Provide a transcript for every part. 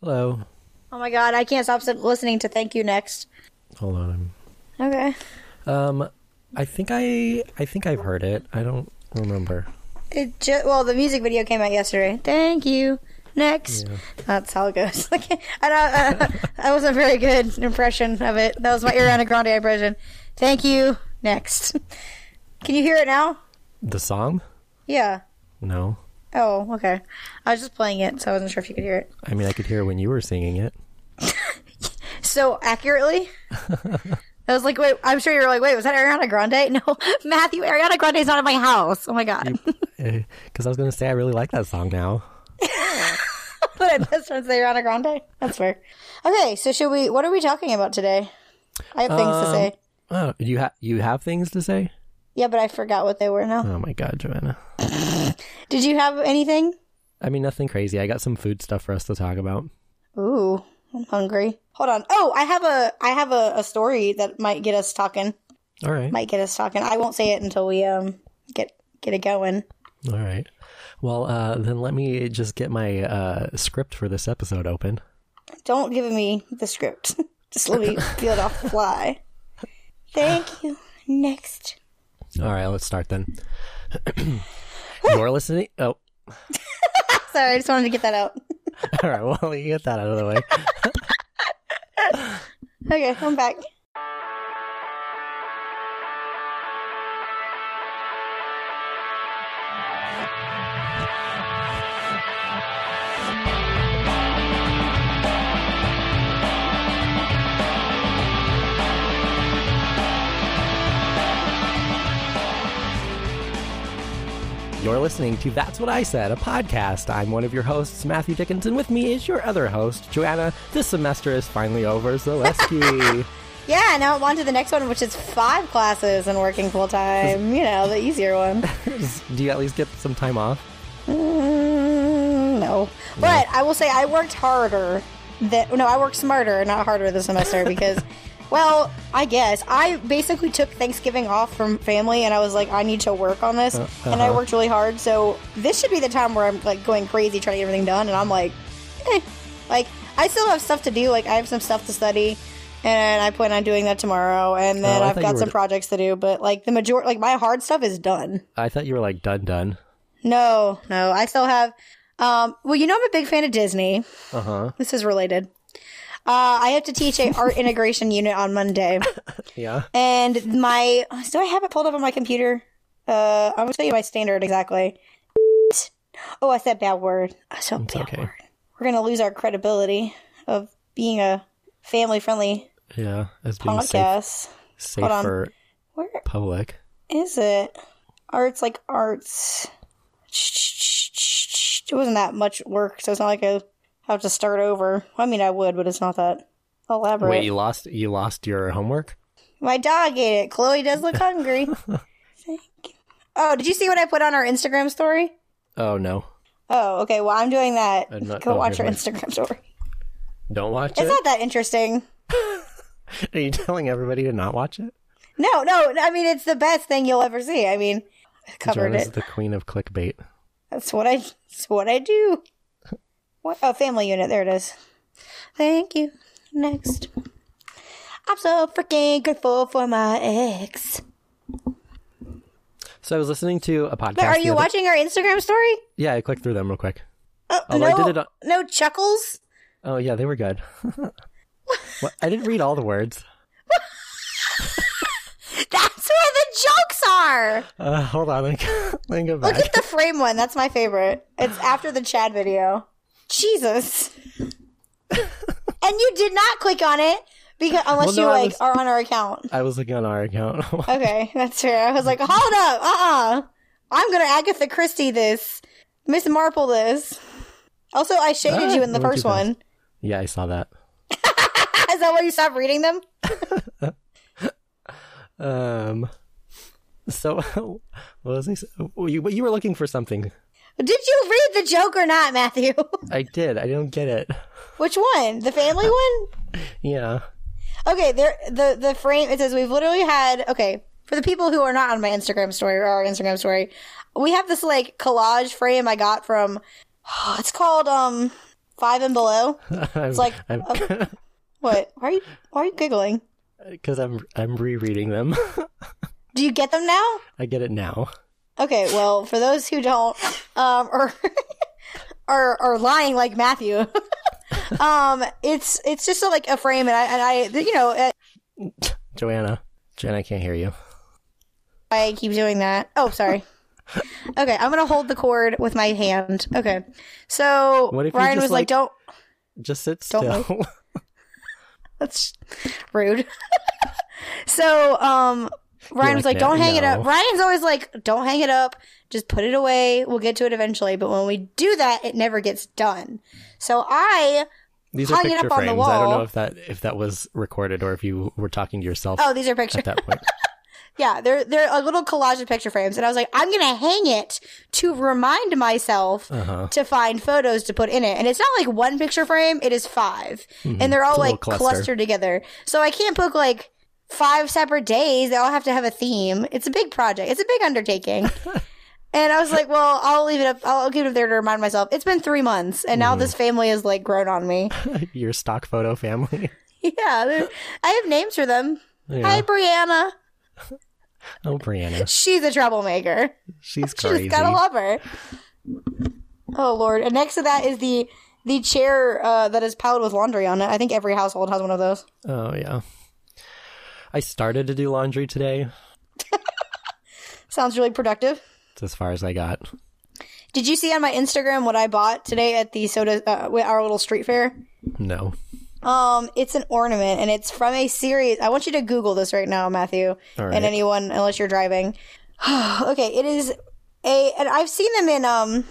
Hello. Oh my god, I can't stop listening to Thank You Next. Hold on. Okay. Um, I think I I think I've heard it. I don't remember. It ju- well, the music video came out yesterday. Thank you. Next. That's how it goes. Okay. I, don't, uh, that was a very good impression of it. That was my Ariana Grande impression. Thank you. Next. Can you hear it now? The song? Yeah. No. Oh, okay. I was just playing it, so I wasn't sure if you could hear it. I mean, I could hear when you were singing it. So accurately. I was like, wait, I'm sure you were like, wait, was that Ariana Grande? No, Matthew, Ariana Grande's not at my house. Oh my God. Because Eh, I was going to say I really like that song now. but I best friends with Ariana Grande. That's fair. Okay, so should we? What are we talking about today? I have things to say. Oh, you ha- you have things to say? Yeah, but I forgot what they were now. Oh my god, Joanna. Did you have anything? I mean, nothing crazy. I got some food stuff for us to talk about. Ooh, I'm hungry. Hold on. Oh, I have a I have a, a story that might get us talking. All right. Might get us talking. I won't say it until we um get get it going. All right. Well, uh, then let me just get my uh, script for this episode open. Don't give me the script. Just let me feel it off the fly. Thank you. Next. All right, let's start then. You're listening. Oh, Sorry, I just wanted to get that out. all right. Well, you get that out of the way. Okay, I'm back. You're listening to That's What I Said, a podcast. I'm one of your hosts, Matthew Dickinson. With me is your other host, Joanna. This semester is finally over, Zaleski. Yeah, now I'm on to the next one, which is five classes and working full time. You know, the easier one. Do you at least get some time off? Mm, no. But I will say I worked harder. That no, I worked smarter, not harder this semester because, well, I guess I basically took Thanksgiving off from family, and I was like, I need to work on this, and I uh-huh. worked really hard. So this should be the time where I'm like going crazy trying to get everything done, and I'm like, eh. like I still have stuff to do. Like I have some stuff to study. And I plan on doing that tomorrow, and then Oh, I I've thought you got were some d- projects to do. But like the major, like my hard stuff is done. I thought you were like done, done. No, no, I still have. Um, well, you know, I'm a big fan of Disney. Uh huh. This is related. Uh, I have to teach a art integration unit on Monday, Yeah. and my do I have it pulled up on my computer? Uh, I'm gonna tell you my standard exactly. Oh, I said bad word. I said bad okay. word. We're gonna lose our credibility of being a family friendly Yeah. As being safe, podcast. safe Hold on. for Where public. is it? Arts like arts. It wasn't that much work, so it's not like I have to start over. I mean, I would, but it's not that elaborate. Wait, you lost you lost your homework? My dog ate it. Chloe does look hungry. Thank you. Oh, did you see what I put on our Instagram story? Oh no. Oh, okay. Well, I'm doing that. I'm not- Go oh, watch our here, wait. Instagram story. Don't watch It's it. not that interesting. Are you telling everybody to not watch it? No, no. I mean, it's the best thing you'll ever see. I mean, I covered Joanna's it. the queen of clickbait. That's what I. That's what I do. What? Oh, family unit. There it is. Thank you. Next. I'm so freaking grateful for my ex. So I was listening to a podcast. But are the you other- watching our Instagram story? Yeah, I clicked through them real quick. Uh, Oh, no, I did it on- no chuckles. Oh yeah, they were good. well, I didn't read all the words. That's where the jokes are. Uh, hold on, let me, let me go Look back. at the frame one. That's my favorite. It's after the Chad video. Jesus. and you did not click on it because unless Well, no, you I like was- are on our account. I was looking on our account. Okay, that's fair. I was like, hold up, uh uh-uh. uh. i am gonna Agatha Christie this, Miss Marple this. Also, I shaded Ah, you in the that went first too fast. one. yeah, I saw that. Is that why you stopped reading them? Um, so what was I? say- Well, you, you were looking for something. Did you read the joke or not, Matthew? I did. I don't get it. Which one? The family one? Yeah. Okay, there the the frame it says we've literally had okay, for the people who are not on my Instagram story or our Instagram story, we have this like collage frame I got from it's called um five and below. I'm, It's like I'm, uh, what? Why are you why are you giggling? because I'm I'm rereading them. Do you get them now? I get it now. Okay, well, for those who don't, um, or are are lying like Matthew, um, it's it's just like a frame, and I and I you know uh, Joanna, Joanna, I can't hear you. I keep doing that. Oh, sorry. okay, I'm gonna hold the cord with my hand. Okay, so What if you Ryan just, was like, like- "Don't." Just sit Don't still. That's rude. so, um, Ryan was like like, "Don't that? hang it up." No. Ryan's always like, "Don't hang it up. Just put it away. We'll get to it eventually." But when we do that, it never gets done. So I These are hung it picture up on frames. the I don't know wall. if that if that was recorded or if you were talking to yourself oh, these are pictures. at that point. Yeah, they're they're a little collage of picture frames, and I was like, I'm gonna hang it to remind myself Uh-huh. to find photos to put in it. And it's not like one picture frame; it is 5 and they're all Mm-hmm. It's a little like cluster. clustered together. So I can't book like five separate days. They all have to have a theme. It's a big project. It's a big undertaking. and I was like, well, I'll leave it up. I'll keep it up there to remind myself. It's been three months, and Mm-hmm. now this family is like grown on me. Your stock photo family. yeah, they're- I have names for them. Yeah. Hi, Brianna. Oh, Brianna, She's a troublemaker. she's She's crazy. gotta love her. Oh lord! And next to that is the the chair uh, that is piled with laundry on it. I think every household has one of those. oh yeah. I started to do laundry today. Sounds really productive. It's as far as I got. Did you see on my Instagram what I bought today at the soda uh, our little street fair? No. Um, it's an ornament, and it's from a series. I want you to Google this right now, Matthew, All right. and anyone, unless you're driving. okay, it is a, and I've seen them in um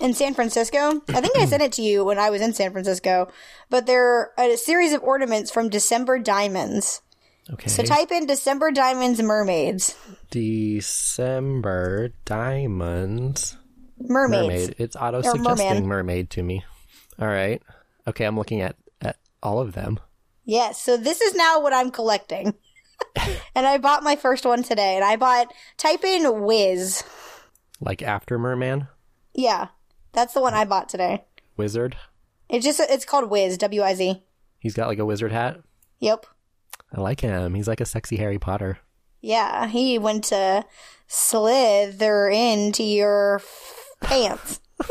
in San Francisco. I think I sent it to you when I was in San Francisco, but they're a series of ornaments from December diamonds. Okay. So type in December diamonds mermaids, December diamonds. mermaids. Mermaid. It's auto suggesting merman. mermaid to me. All right. Okay, I'm looking at, at all of them. Yes. So this is now what I'm collecting. and I bought my first one today, and I bought type in whiz. Like after merman, Yeah, that's the one I bought today. wizard. It's just it's called Wiz W I Z. He's got like a wizard hat. Yep. I like him. He's like a sexy Harry Potter. Yeah, he went to slither into your f- pants.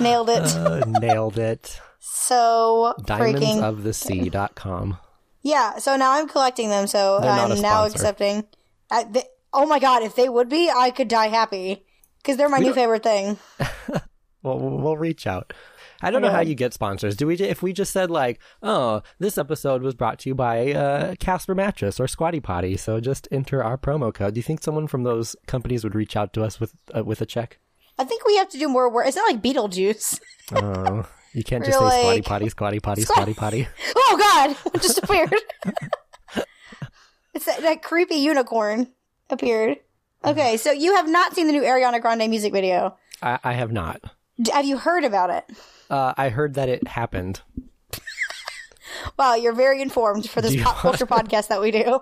Nailed it. Uh, nailed it. So freaking Diamondsofthesea.com. yeah. So now I'm collecting them. So They're not a I'm now sponsor. accepting. I, th oh my god! If they would be, I could die happy because they're my new favorite thing. Well, we'll reach out. I don't know how you get sponsors. Do we? ju- If we just said like, "Oh, this episode was brought to you by uh, Casper Mattress or Squatty Potty," so just enter our promo code. Do you think someone from those companies would reach out to us with uh, with a check? I think we have to do more work. It's not like Beetlejuice. Oh, you can't just We're say Squatty like- Potty, Squatty Potty, Squatty Potty. Oh God! It just appeared. it's that, that creepy unicorn appeared. Okay, so you have not seen the new Ariana Grande music video. I, I have not. D- have you heard about it? Uh, I heard that it happened. Wow, you're very informed for this Do you- pop culture podcast that we do.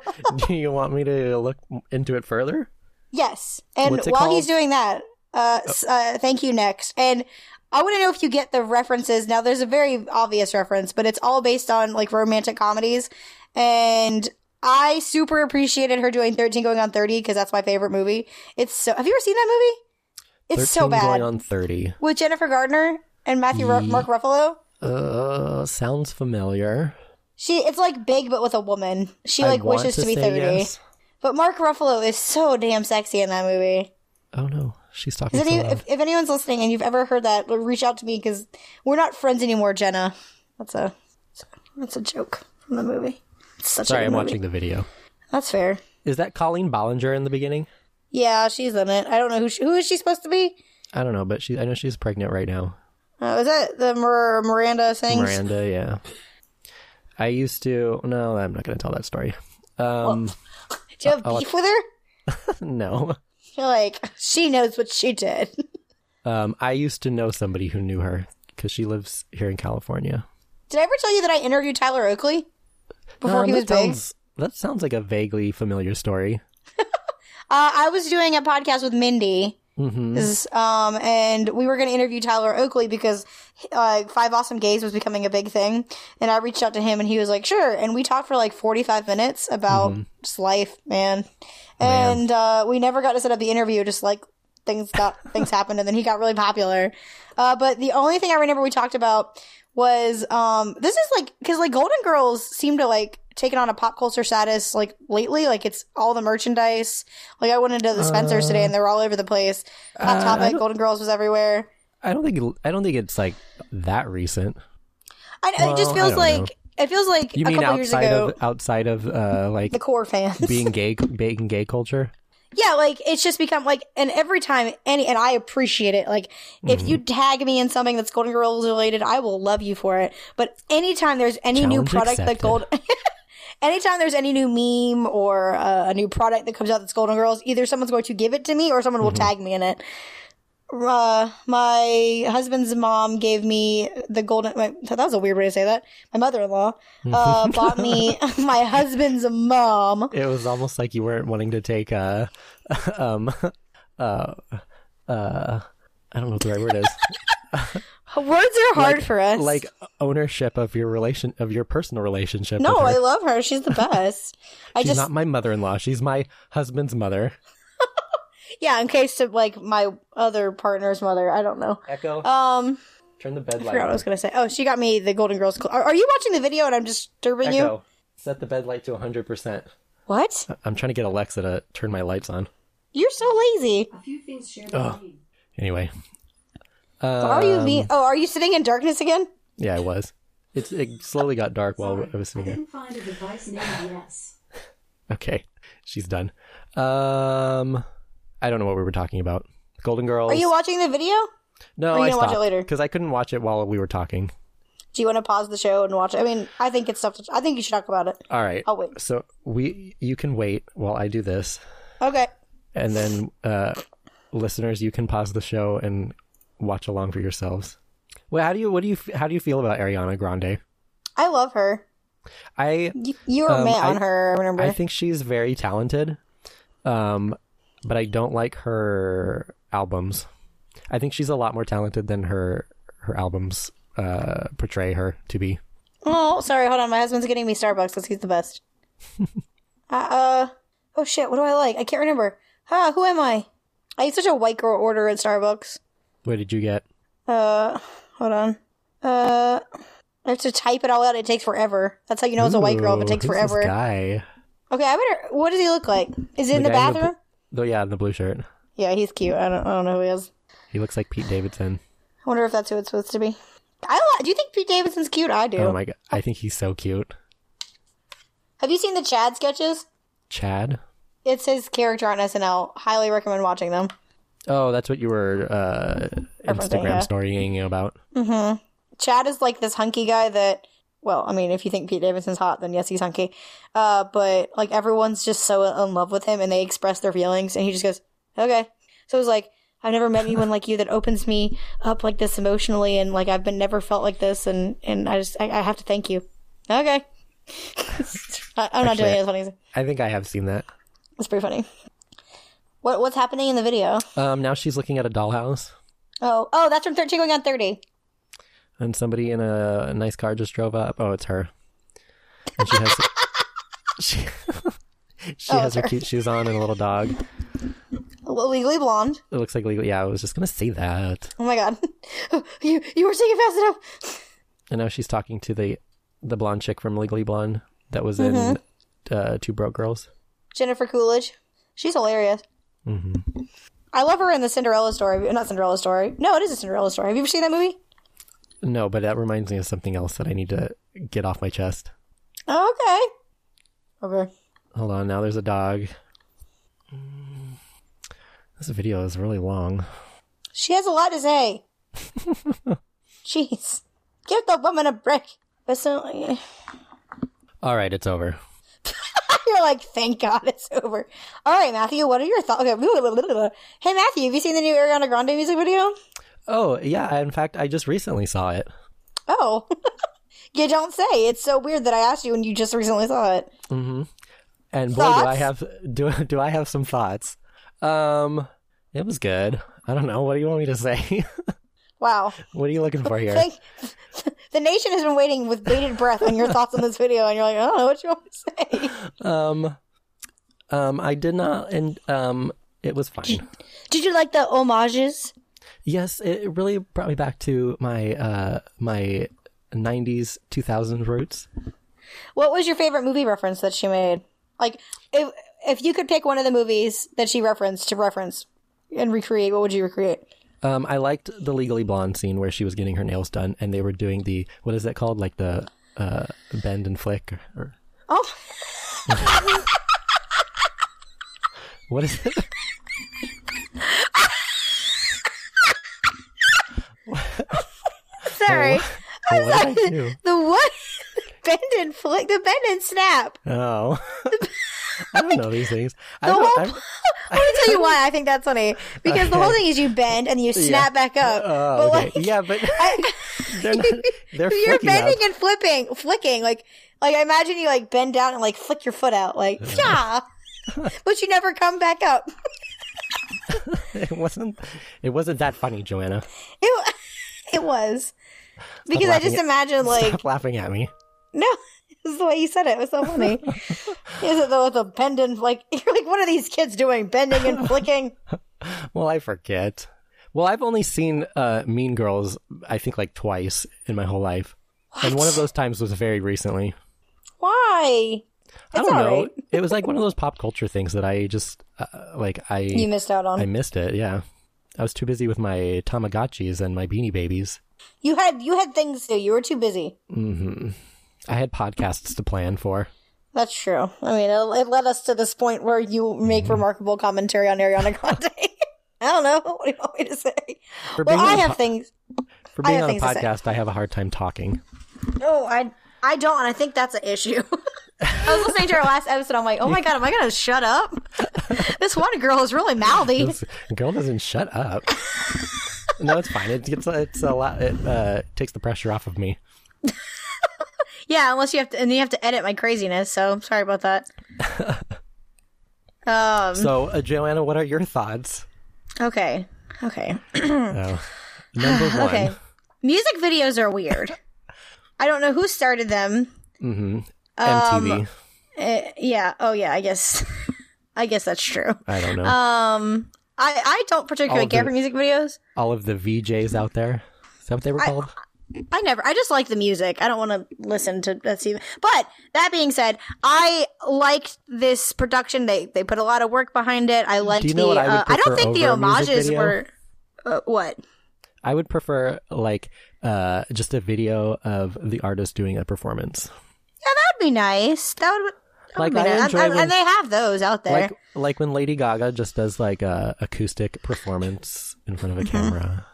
Do you want me to look into it further? yes, and What's it while called? he's doing that, uh, s- uh, thank you next. And I want to know if you get the references. Now, there's a very obvious reference, but it's all based on like romantic comedies, and I super appreciated her doing 13 going on 30 because that's my favorite movie. It's so. Have you ever seen that movie? It's so 13 bad Going on thirty. with Jennifer Gardner and Matthew Ru- Mark Ruffalo. Uh, sounds familiar. She it's like big but with a woman. She I like want wishes to, be say 30. yes. But Mark Ruffalo is so damn sexy in that movie. Oh no, she's talking Is so any, loud. if, if anyone's listening and you've ever heard that, reach out to me because we're not friends anymore, Jenna. That's a that's a joke from the movie. It's such Sorry, a good I'm movie. watching the video. That's fair. Is that Colleen Bollinger in the beginning? Yeah, she's in it. I don't know who she, who is she supposed to be. I don't know, but she I know she's pregnant right now. Uh, is that the Mir- Miranda thing? Miranda, yeah. I used to no, I'm not gonna tell that story. Um Do you have beef with her? no. You're like she knows what she did. Um I used to know somebody who knew her because she lives here in California. did I ever tell you that I interviewed Tyler Oakley before Um, he was that big? sounds that sounds like a vaguely familiar story. Uh, I was doing a podcast with Mindy, Mm-hmm. Is- Um, and we were going to interview Tyler Oakley because uh, Five Awesome Gays was becoming a big thing. And I reached out to him and he was like, sure. And we talked for like 45 minutes about just life, man. Man. And uh, we never got to set up the interview, just like things got things happened and then he got really popular. Uh, but the only thing I remember we talked about was um, this is like because like Golden Girls seem to like taken on a pop culture status like lately like it's all the merchandise like i went into the spencers today and they were all over the place Hot Uh, I Topic, don't- Golden Girls was everywhere. I don't think I don't think it's like that recent. I, it Well, just I feels don't like know. it feels like You a mean couple years outside ago of outside of uh like the core fans. being gay being gay culture? yeah, like it's just become like, and every time any, and I appreciate it. Like if Mm-hmm. you tag me in something that's Golden Girls related, I will love you for it. But anytime there's any new Challenge product that accepted. Gold. Anytime there's any new meme or uh, a new product that comes out that's Golden Girls, either someone's going to give it to me or someone will Mm-hmm. tag me in it. uh, my husband's mom gave me the golden. My, that was a weird way to say that. My mother-in-law uh, bought me my husband's mom. It was almost like you weren't wanting to take uh um uh uh I don't know what the right word is. Words are hard for us. like ownership of your relation of your personal relationship. no, with I her. love her. She's the best. I she's just not my mother-in-law. She's my husband's mother. yeah, in case of like my other partner's mother. I don't know. Echo, Um, turn the bed I forgot what I was gonna say. Oh, she got me the Golden Girls. Cl- are, are you watching the video and I'm disturbing you? set the bed light to 100%. What? I'm trying to get Alexa to turn my lights on. You're so lazy. A few things shared Ugh. with me. Anyway. are you Um, me? Oh, are you sitting in darkness again? Yeah, I was. It's, it slowly got dark while Sorry, I was I sitting here. didn't find a device named yes. Okay, she's done. Um, I don't know what we were talking about. Golden Girls. Are you watching the video? no, are you I gonna watch it stopped later? because I couldn't watch it while we were talking. Do you want to pause the show and watch? it? I mean, I think it's stuff. To, I think you should talk about it. All right. I'll Oh, wait. So we, you can wait while I do this, Okay. and then uh, listeners, you can pause the show and watch along for yourselves. Well, how do you what do you how do you feel about Ariana Grande? I love her. I You, you were Um, mad I- on her. I remember. I think she's very talented, um, but I don't like her albums. I think she's a lot more talented than her her albums uh, portray her to be. oh, sorry. Hold on. My husband's getting me Starbucks because he's the best. uh, uh. Oh shit. What do I like? I can't remember. Ah, who am I? I ate such a white girl order at Starbucks. What did you get? Uh, hold on. Uh, I have to type it all out. It takes forever. That's how you know it's a white girl. if It Ooh, takes who's forever. This guy. Okay. I better. What does he look like? Is it in The the guy in the bathroom? Oh yeah, in the blue shirt. yeah, he's cute. I don't. I don't know who he is. He looks like Pete Davidson. I wonder if that's who it's supposed to be. I li- do you think Pete Davidson's cute? I do. Oh my god, I think he's so cute. Have you seen the Chad sketches? Chad. It's his character on SNL. Highly recommend watching them. Oh, that's what you were uh, Everything, yeah. Instagram storying about. Chad is like this hunky guy that, well, I mean, if you think Pete Davidson's hot, then yes, he's hunky. Uh, but like everyone's just so in love with him, and they express their feelings, and he just goes, "Okay." So it's like I've never met anyone like you that opens me up like this emotionally, and like I've been never felt like this, and and I just I, I have to thank you. Okay. I, I'm not doing it as funny. as- I think I have seen that. It's pretty funny. What what's happening in the video? Um, now she's looking at a dollhouse, Oh, oh, that's from 13 going on 30. and somebody in a nice car just drove up. Oh, it's her. And she has she, she Oh, has her sorry. cute shoes on and a little dog. L- Legally Blonde. It looks like legal. Yeah, I was just gonna say that. Oh my god. you you were singing fast enough. And now she's talking to the the blonde chick from Legally Blonde that was Mm-hmm. in uh, Two Broke Girls. Jennifer Coolidge. She's hilarious. hmm I love her in the Cinderella story. Not Cinderella story. No, it is a Cinderella story. Have you ever seen that movie? No, but that reminds me of something else that I need to get off my chest. Oh, okay. Okay. Hold on, now there's a dog. Mm. This video is really long. She has a lot to say. Jeez. Give the woman a break. But so, All right, it's over. You're like, thank God it's over. All right, Matthew, what are your thoughts? Okay. Hey, Matthew, have you seen the new Ariana Grande music video? Oh, yeah, in fact, I just recently saw it. Oh, you don't say. It's so weird that I asked you and you just recently saw it. Mm-hmm. And boy, do I Thoughts? have do do I have some thoughts. Um, It was good. I don't know. What do you want me to say? Wow. what are you looking for here? Like, the nation has been waiting with bated breath on your thoughts on this video, and you're like, I don't know what you want to say. Um, um, I did not, and um, it was fine. Did you like the homages? Yes, it really brought me back to my uh my '90s, 2000s roots. What was your favorite movie reference that she made? Like, if if you could pick one of the movies that she referenced to reference and recreate, what would you recreate? Um, I liked the Legally Blonde scene where she was getting her nails done, and they were doing the what is that called? Like the uh bend and flick, or, or Oh, what is it? sorry. what did I do? The what? bend and flick. The bend and snap. Oh, I don't know these things. I The don't, whole. I'm- I'm gonna tell you why I think that's funny because the whole thing is you bend and you snap back up. oh, but okay. like, yeah, but I- they're not, they're you're flicking up. bending and flipping, flicking. Like, like I imagine you like bend down and like flick your foot out, like yeah, but you never come back up. It wasn't. It wasn't that funny, Joanna. It, wa- it was because I laughing just at- imagined like Stop laughing at me. no, it's the way you said it. It was so funny. Is it though with the bend and like you're like what are these kids doing? Bending and flicking. Well, I forget. Well, I've only seen uh, Mean Girls, I think, like twice in my whole life, and one of those times was very recently. Why? I It's don't know. alright. It was like one of those pop culture things that I just uh, like. I You missed out on. I missed it. Yeah, I was too busy with my Tamagotchis and my Beanie Babies. You had you had things to do. You were too busy. I had podcasts to plan for. That's true. I mean, it, it led us to this point where you make remarkable commentary on Ariana Grande. I don't know. What do you want me to say? For Well, being I on a have po- things. For I being on have a things to say. podcast, I have a hard time talking. No, Oh, I I don't, and I think that's an issue. I was listening to our last episode. I'm like, oh my god, am I gonna shut up? this one girl is really mouthy. This girl doesn't shut up. no, it's fine. It gets it's a lot. It uh, takes the pressure off of me. Yeah, unless you have to, and you have to edit my craziness. So I'm sorry about that. Um. So, uh, Joanna, what are your thoughts? Okay. Okay. Oh. Number one. Okay. Music videos are weird. I don't know who started them. MTV. Uh, yeah. Oh, yeah. I guess. I guess that's true. I don't know. Um, I I don't particularly All care the- for music videos. All of the VJs out there. Is that what they were called? I never. I just like the music. I don't want to listen to that's even. But that being said, I liked this production. They they put a lot of work behind it. I liked Do you know the. what I would uh, I don't prefer think the over a music homages video? were. Uh, what? I, would prefer like uh, just a video of the artist doing a performance. Yeah, that would be nice. That would. That Like, would be I nice. enjoy And- and- when- and they have those out there. Like like when Lady Gaga just does like a acoustic performance in front of a camera.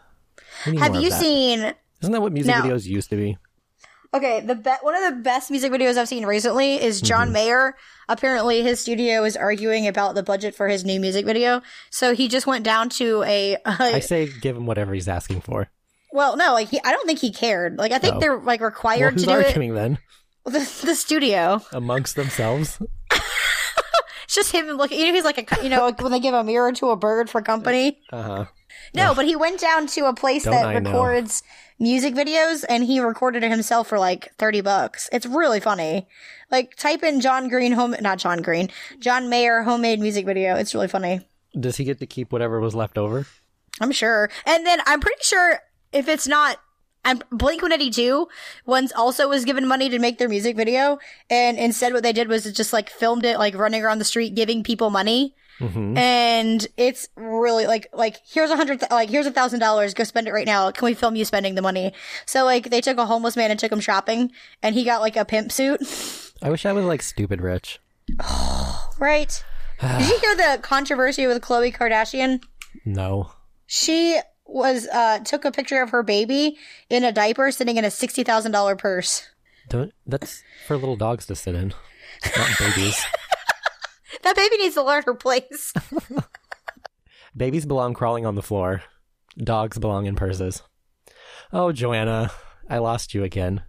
We need Mm-hmm. have more of you that. seen? Isn't that what music No. videos used to be? Okay, the be- one of the best music videos I've seen recently is John Mm-hmm. Mayer. Apparently, his studio is arguing about the budget for his new music video, so he just went down to a. I Uh, say give him whatever he's asking for. well, no, like he, I don't think he cared. Like I think Oh. they're like Well, required who's to do arguing then? it. The, the studio, Amongst themselves? it's just him looking. You know, he's like a you know like when they give a mirror to a bird for company. Uh huh. No, but he went down to a place Don't that I know. records music videos and he recorded it himself for like 30 bucks. It's really funny. Like type in John Green home not John Green, John Mayer homemade music video. It's really funny. Does he get to keep whatever was left over? I'm sure. And then I'm pretty sure if it's not I'm Blink 182 once also was given money to make their music video and instead what they did was just like filmed it like running around the street giving people money. Mm-hmm. and it's really like like here's a hundred like here's a thousand dollars go spend it right now can we film you spending the money so like they took a homeless man and took him shopping and he got like a pimp suit I wish I was like stupid rich. right did you hear the controversy with chloe kardashian No. she was uh took a picture of her baby in a diaper sitting in a sixty thousand dollar purse Don't that's for little dogs to sit in. Not babies. that baby needs to learn her place babies belong crawling on the floor. Dogs belong in purses. Oh, Joanna, I lost you again.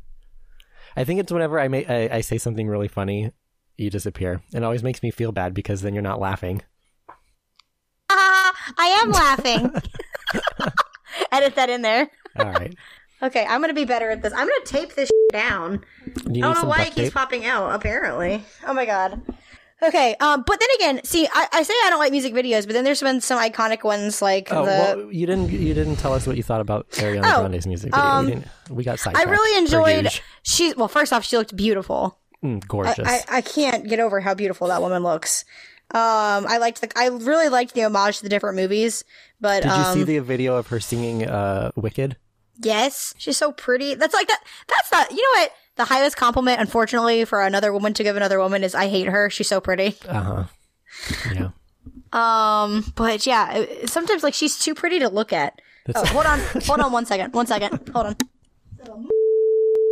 I think it's whenever I, ma- I I say something really funny, you disappear. It always makes me feel bad because then you're not laughing. Ah, I am laughing. Edit that in there. All right. Okay, I'm gonna be better at this. I'm gonna tape this shit down. Do you need I don't know some why duct it keeps tape? popping out. Apparently. Oh my god. Okay. Um. But then again, see, I, I say I don't like music videos, but then there's been some iconic ones like Oh the. well, you didn't you didn't tell us what you thought about Ariana Oh, Grande's music video. um, we, didn't, we got I sidetracked. really per enjoyed. usual. She well, first off, she looked beautiful. Mm, I, gorgeous. I, I can't get over how beautiful that woman looks. Um, I liked the. I really liked the homage to the different movies. But Did you um, see the video of her singing uh, "Wicked"? Yes, she's so pretty. That's like that. That's not. You know what? The highest compliment, unfortunately, for another woman to give another woman is "I hate her. She's so pretty." Uh huh. Yeah. Um, but yeah, it- it- sometimes like she's too pretty to look at. Oh, hold on, hold on, one second, one second, hold on.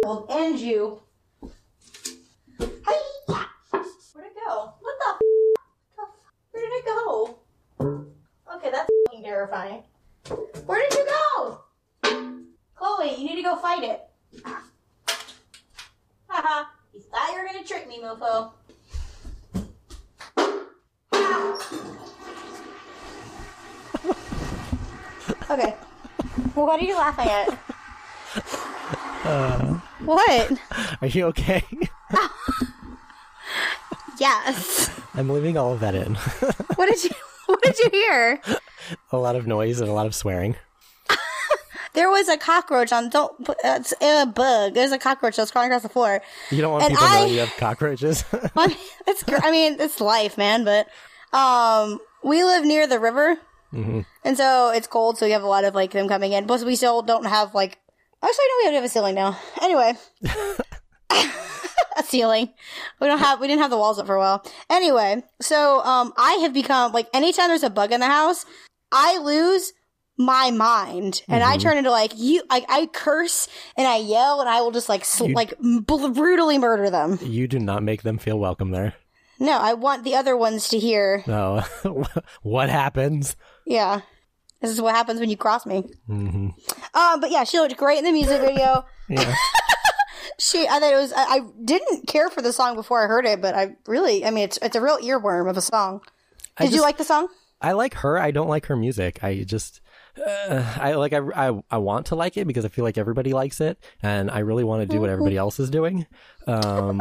Will end you. Hey, where'd it go? What the? f- Where did it go? Okay, that's fucking terrifying. Where did you go? Chloe, you need to go fight it. Haha, you thought you were gonna trick me, mofo. Okay. Well, what are you laughing at? What? Are you okay? Yes. I'm leaving all of that in. What did you What did you hear? a lot of noise and a lot of swearing. There was a cockroach on. Don't. put- uh, It's a bug. There's a cockroach that was crawling across the floor. You don't want And people I- knowing you have cockroaches. I mean, it's. gr- I mean, it's life, man. But um, we live near the river, and so it's cold. So we have a lot of like them coming in. Plus, we still don't have like. Actually, no, we don't have a ceiling now. Anyway. a ceiling. We don't have we didn't have the walls up for a while. Anyway, so um I have become like anytime there's a bug in the house, I lose my mind and I turn into like you like I curse and I yell and I will just like sl- You- like m- brutally murder them. you do not make them feel welcome there. No, I want the other ones to hear. No. what happens? Yeah. This is what happens when you cross me. hmm Um, but yeah, she looked great in the music video. Yeah. She, I thought it was. I, I didn't care for the song before I heard it, but I really, I mean, it's it's a real earworm of a song. I Did you just- like the song? I like her. I don't like her music. I just, uh, I like, I, I, I want to like it because I feel like everybody likes it, and I really want to do what everybody else is doing. Um,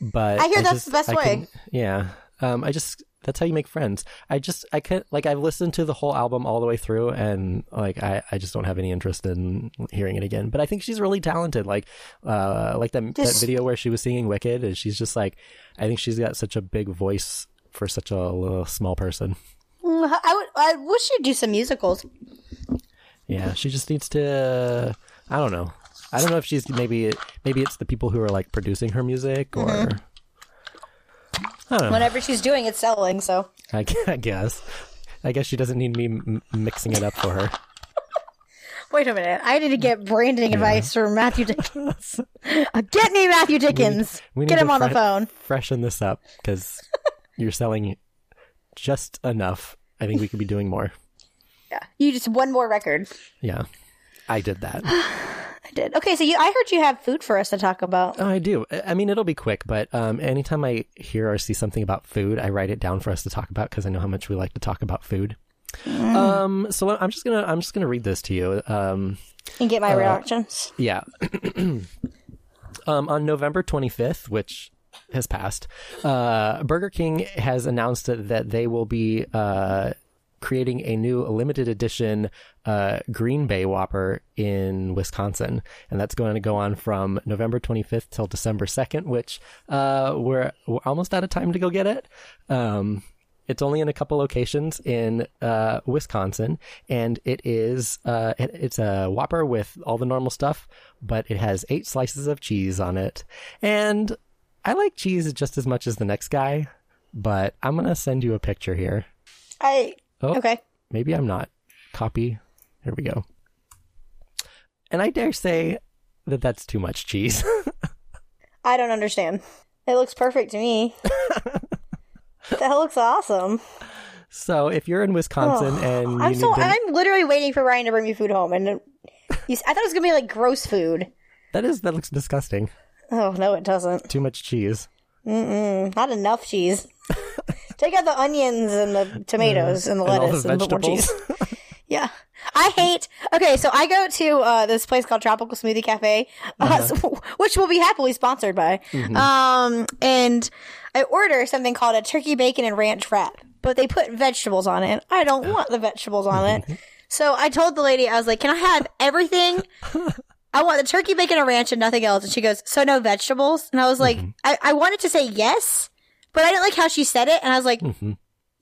but Mm-hmm. I hear that's just- the best I way. can- yeah. Um, I just that's how you make friends. I just I could like I've listened to the whole album all the way through, and like I, I just don't have any interest in hearing it again. But I think she's really talented. Like, uh, like that Just- that video where she was singing "Wicked," and she's just like, I think she's got such a big voice for such a little small person. Mm, I would. I wish you'd do some musicals. Yeah, she just needs to. uh, I don't know. I don't know if she's maybe maybe it's the people who are like producing her music or. I don't know. Whenever she's doing, it's selling. So I, gu- I guess. I guess she doesn't need me m- mixing it up for her. wait a minute. I need to get branding advice from Matthew Dickens. Uh, get me Matthew Dickens. we get need him to on the fre- phone. Freshen this up because you're selling just enough. I think we could be doing more. Yeah. You just one more record. Yeah, I did that. I did. Okay, so you, I heard you have food for us to talk about. Oh, I do. I I mean, it'll be quick, but um, anytime I hear or see something about food, I write it down for us to talk about because I know how much we like to talk about food. Um, so I'm just gonna I'm just gonna read this to you. Um, And get my reactions. yeah. um, on November 25th, which has passed, uh, Burger King has announced that, that they will be uh, creating a new limited edition uh, Green Bay Whopper in Wisconsin. And that's going to go on from November 25th till December 2nd, which uh, we're, we're almost out of time to go get it. Um, it's only in a couple locations in uh, Wisconsin, and it is uh, it, it's a Whopper with all the normal stuff, but it has eight slices of cheese on it. And I like cheese just as much as the next guy, but I'm gonna send you a picture here. I Oh. okay. Maybe I'm not. Copy. Here we go. And I dare say that that's too much cheese. I don't understand. It looks perfect to me. that looks awesome. so if you're in Wisconsin and you I'm need so to- I'm literally waiting for Ryan to bring me food home, and it- you, s- I thought it was gonna be like gross food. that is that looks disgusting. Oh no, it doesn't. Too much cheese. Not enough cheese. Take out the onions and the tomatoes and the Mm. all lettuce the and the vegetables. orchies. Yeah. I hate. Okay, so I go to uh, this place called Tropical Smoothie Cafe, uh, so- which will be happily sponsored by. Um, and I order something called a turkey bacon and ranch wrap, but they put vegetables on it. and I don't want the vegetables on it. So I told the lady, I was like, "Can I have everything? I want the turkey bacon and ranch and nothing else." And she goes, "So no vegetables?" And I was like, I-, "I wanted to say yes, but I didn't like how she said it." And I was like, Mm-hmm.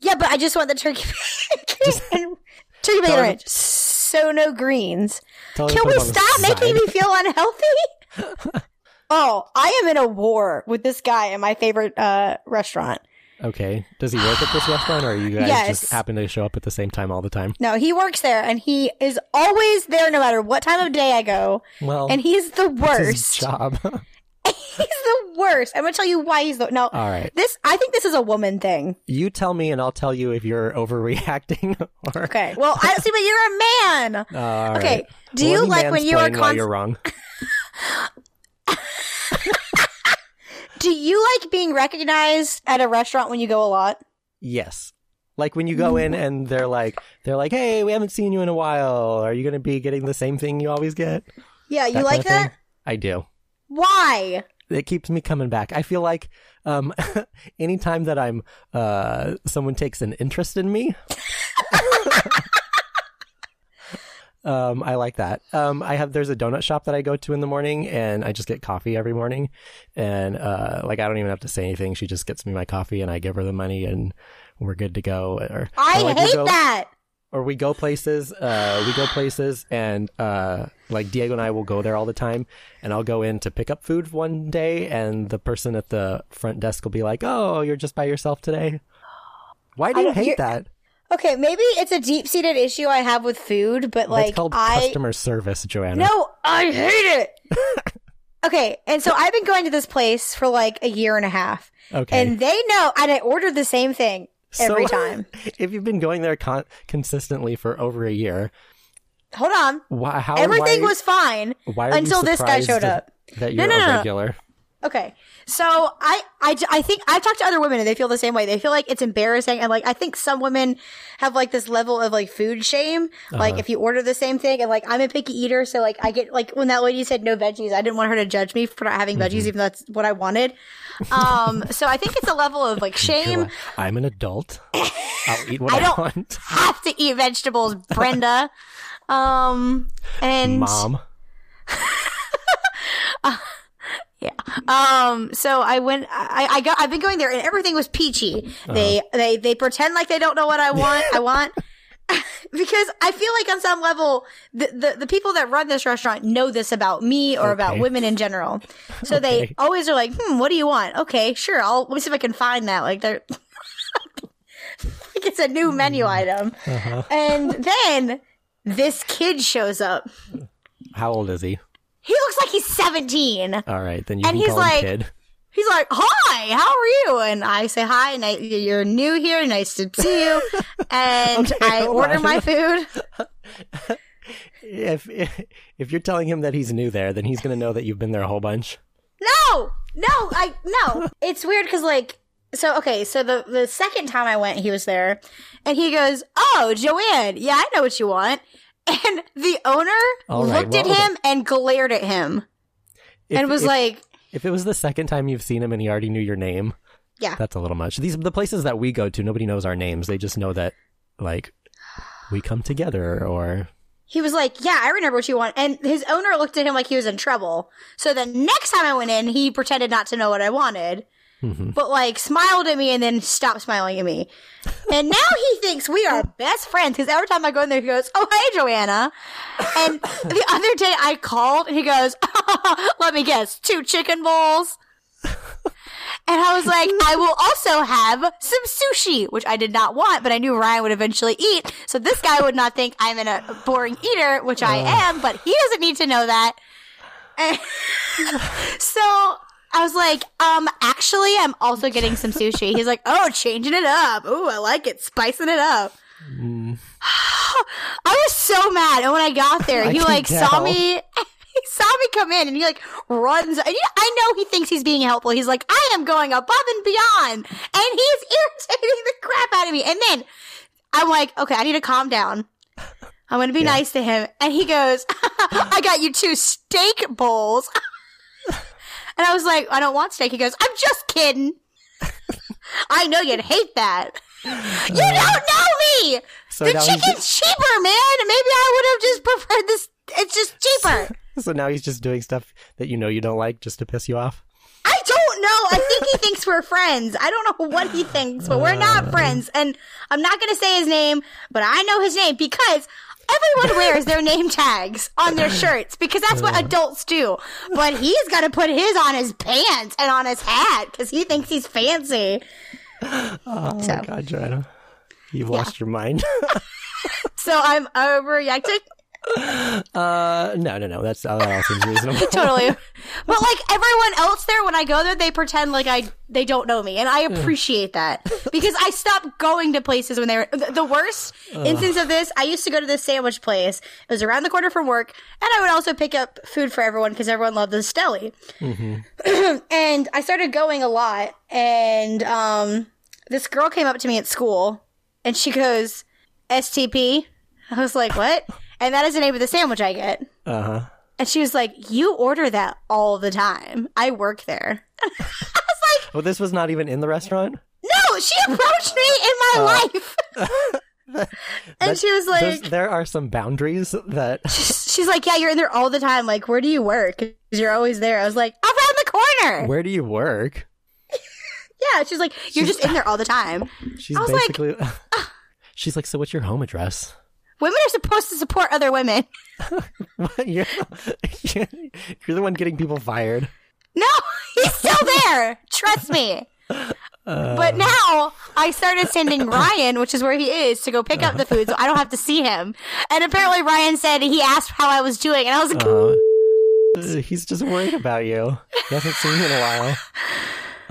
"Yeah, but I just want the turkey bacon and turkey bacon Tell and her- ranch, so no greens." Tell her to Can put we it on the stop side. making me feel unhealthy? oh, I am in a war with this guy in my favorite uh, restaurant. Okay. Does he work at this restaurant, or you guys Yes. just happen to show up at the same time all the time? No, he works there, and he is always there, no matter what time of day I go. Well, And he's the his worst. job. He's the worst. I'm gonna tell you why he's the no. all right. This I think this is a woman thing. You tell me, and I'll tell you if you're overreacting or. Uh, Okay. Well, I see, but you're a man. All okay. right. Do Well, you let me like when you are mansplain while const- you're wrong? Do you like being recognized at a restaurant when you go a lot? Yes. Like when you go in and they're like, they're like, hey, we haven't seen you in a while. Are you going to be getting the same thing you always get? Yeah, you That like kind of that? thing. I do. Why? It keeps me coming back. I feel like um, anytime that I'm, uh, someone takes an interest in me, um, I like that. Um, I have, there's a donut shop that I go to in the morning and I just get coffee every morning. And, uh, like I don't even have to say anything. She just gets me my coffee and I give her the money and we're good to go. Or, I or like we hate go- that. or we go places uh we go places and uh like diego and i will go there all the time and i'll go in to pick up food one day and the person at the front desk will be like oh you're just by yourself today why do I you don't- hate you're- that Okay, maybe it's a deep seated issue I have with food, but that's like called I customer service joanna no, I hate it. okay, and so I've been going to this place for like a year and a half, okay and they know, and I ordered the same thing every So- time. if you've been going there con- consistently for over a year Hold on, why how everything why, was fine why are you until this guy surprised showed that- up. that No, you're no, no, a no. regular Okay, so I, I, I think I've talked to other women and they feel the same way. They feel like it's embarrassing, and like I think some women have like this level of like food shame. Like if you order the same thing, and like I'm a picky eater, so like I get like when that lady said no veggies, I didn't want her to judge me for not having veggies, even though that's what I wanted. Um, so I think it's a level of like You're shame. like, i'm an adult i'll eat what I i, don't- want Have to eat vegetables, Brenda. Um, and mom Um, so I went, I, I got, I've been going there and everything was peachy. Uh-huh. They, they, they pretend like they don't know what I want. I want, because I feel like on some level, the, the, the people that run this restaurant know this about me or about Okay. women in general. So Okay. they always are like, hmm, what do you want? Okay, sure. I'll, let me see if I can find that. Like they're, like it's a new Mm. menu item. Uh-huh. And then this kid shows up. how old is he He looks like he's 17. All right, then you And can he's call like- him kid. he's like, "Hi, how are you?" And I say, "Hi, and I, you're new here. Nice to see you." And Okay, oh I hold order on. my food. If, if you're telling him that he's new there, then he's gonna know that you've been there a whole bunch. No, no, I no. It's weird because like, so okay, so the the second time I went, he was there, and he goes, "Oh, Joanne, yeah, I know what you want." And the owner All right, looked at well- him and glared at him If, and was if- like, if it was the second time you've seen him and he already knew your name, Yeah. that's a little much. These the places that we go to, nobody knows our names. They just know that like we come together or he was like, "Yeah, I remember what you want." And his owner looked at him like he was in trouble. So the next time I went in, he pretended not to know what I wanted, but like smiled at me and then stopped smiling at me. And now he thinks we are best friends because every time I go in there, he goes, "Oh, hey, Joanna." And the other day I called and he goes, "Let me guess, two chicken bowls." And I was like, I will also have some sushi, which I did not want, but I knew Ryan would eventually eat. So this guy would not think I'm in a boring eater, which I am, but he doesn't need to know that. And so I was like, um, actually, I'm also getting some sushi. He's like, oh, changing it up. Ooh, I like it, spicing it up. I was so mad. And when I got there, I he can like saw tell. me. He he saw me come in and he like runs. And he, I know he thinks he's being helpful. He's like, I am going above and beyond. And he is irritating the crap out of me. And then I'm like, okay, I need to calm down. I'm going to be nice to him. And he goes, I got you two steak bowls. and I was like, I don't want steak. He goes, I'm just kidding. I know you'd hate that. You don't know me. so the now he's chicken's cheaper, man. Maybe I would have just preferred this. It's just cheaper. So now he's just doing stuff that you know you don't like just to piss you off. I don't know. I think he thinks we're friends. I don't know what he thinks, but we're Uh. not friends. And I'm not going to say his name, but I know his name because everyone wears their name tags on their shirts because that's what adults do. But he's got to put his on his pants and on his hat because he thinks he's fancy. Oh So. my god, Joanna. You've lost your mind. So I'm overreacting. uh no no no, that's that all seems reasonable. totally. But like everyone else there, when I go there, they pretend like I they don't know me, and I appreciate that because I stopped going to places when they were th- the worst instance of this. I used to go to this sandwich place. It was around the corner from work, and I would also pick up food for everyone because everyone loved the deli. and I started going a lot, and um, this girl came up to me at school, and she goes, "STP." I was like, "What?" And that is the name of the sandwich I get. Uh-huh. And she was like, You order that all the time. I work there. Well, this was not even in the restaurant. No, she approached me in my life. and Oh. That- she was There's- like, there are some boundaries that She's like, Yeah, you're in there all the time. Like, where do you work? 'Cause you're always there. I was like, Around the corner. where do you work? Yeah. She's like, You're just in there all the time. She's I was like- "Ah." basically She's like, "So what's your home address?" Women are supposed to support other women. you're, you're the one getting people fired. No, he's still there. Trust me. Uh. but now I started sending Ryan, which is where he is, to go pick up the food, so I don't have to see him. And apparently, Ryan said he asked how I was doing, and I was like, Uh, he's just worried about you. He hasn't seen you in a while.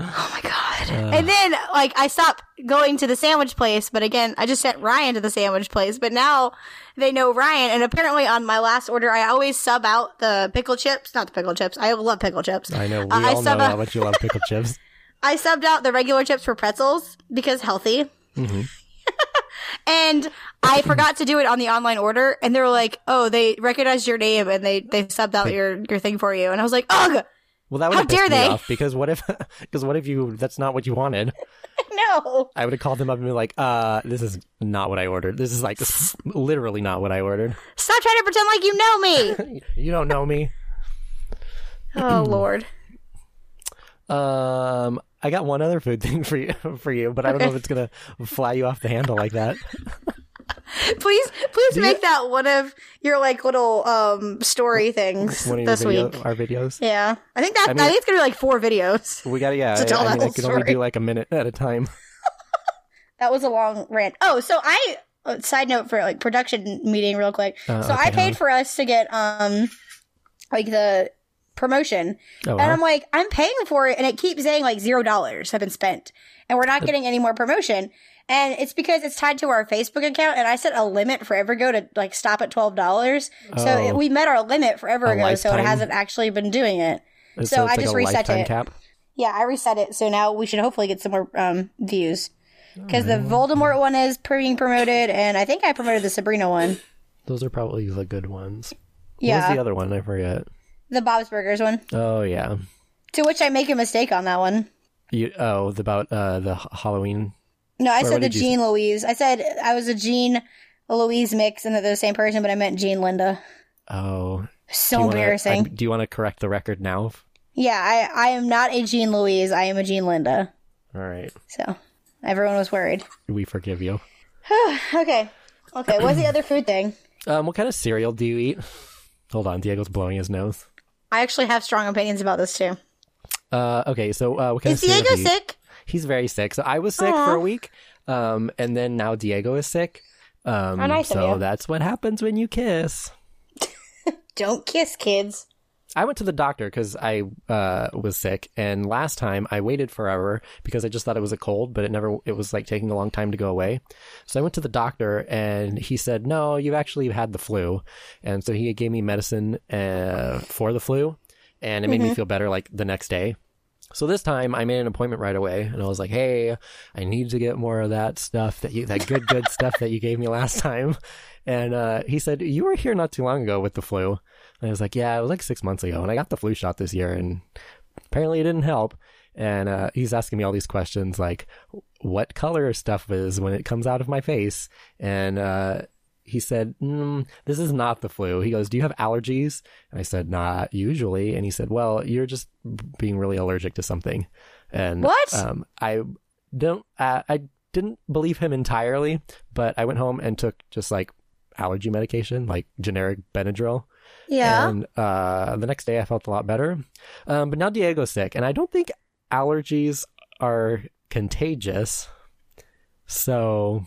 "Oh my god!" Uh. and then, like, I stopped going to the sandwich place, but again, I just sent Ryan to the sandwich place. But now they know Ryan, and apparently, on my last order, I always sub out the pickle chips, not the pickle chips. I love pickle chips. I know we Uh, I all know sub out- how much you love pickle chips. I subbed out the regular chips for pretzels because healthy. Mm-hmm. and I forgot to do it on the online order, and they were like, "Oh, they recognized your name and they they subbed out your your thing for you." And I was like, "Ugh, Well, that would How have pissed dare me they? off because what if because what if you that's not what you wanted? no." I would have called them up and been like, "Uh, this is not what I ordered. This is like literally not what I ordered. Stop trying to pretend like you know me. You don't know me." oh lord. Um, I got one other food thing for you for you, but I don't know if it's gonna fly you off the handle like that. Please please you- make that one of your like little um story things One of your this video, week. our videos. Yeah. I think that I, mean- think it's going to be like four videos. We got to yeah. To tell I, I that mean, I whole could only story. do like a minute at a time. That was a long rant. Oh, so I uh, side note for like production meeting real quick. Uh, so okay, I hang on. paid for us to get um like the promotion, Oh, and wow. I'm like I'm paying for it, and it keeps saying like zero dollars have been spent, and we're not getting any more promotion. And it's because it's tied to our Facebook account, and I set a limit forever ago to like stop at twelve dollars. So Oh. it, we met our limit forever A ago, so it lifetime? hasn't actually been doing it. so it's so I like just a reset lifetime it. cap. Yeah, I reset it, so now we should hopefully get some more um, views. Oh, Because the Voldemort one is being promoted, and I think I promoted the Sabrina one. Those are probably the good ones. What was Yeah, the other one? I forget. the Bob's Burgers one. Oh yeah. To which I make a mistake on that one. You oh about uh the h- Halloween. No, I Wait, what said the did you Jean Louise. I said I was a Jean Louise mix and that they're the same person, but I meant Jean Linda. Oh, So do you wanna- embarrassing. I- do you want to correct the record now? yeah, I, I am not a Jean Louise. I am a Jean Linda. All right, So everyone was worried. we forgive you. okay. Okay, what's the other food thing? Um, what kind of cereal do you eat? Hold on, Diego's blowing his nose. I actually have strong opinions about this too. Uh, okay, so uh, what kind Is of cereal Diego do you eat? sick? He's very sick. So I was sick for a week, um, and then now Diego is sick. Um, How nice of so you. that's what happens when you kiss. Don't kiss kids. I went to the doctor because I uh, was sick, and last time I waited forever because I just thought it was a cold, but it never. It was like taking a long time to go away. So I went to the doctor, and he said, "No, you've actually had the flu," and so he gave me medicine uh, for the flu, and it made me feel better like the next day. So this time I made an appointment right away and I was like, "Hey, I need to get more of that stuff that you that good good stuff that you gave me last time." And uh, he said, "You were here not too long ago with the flu." And I was like, "Yeah, it was like 6 months ago and I got the flu shot this year and apparently it didn't help." And uh, he's asking me all these questions like what color stuff is when it comes out of my face and uh he said, mm, "This is not the flu." He goes, "Do you have allergies?" And I said, "Not usually." And he said, "Well, you're just being really allergic to something." And What? Um, I don't. Uh, I didn't believe him entirely, but I went home and took just like allergy medication, like generic Benadryl. Yeah. And uh, the next day, I felt a lot better. Um, but now Diego's sick, and I don't think allergies are contagious. So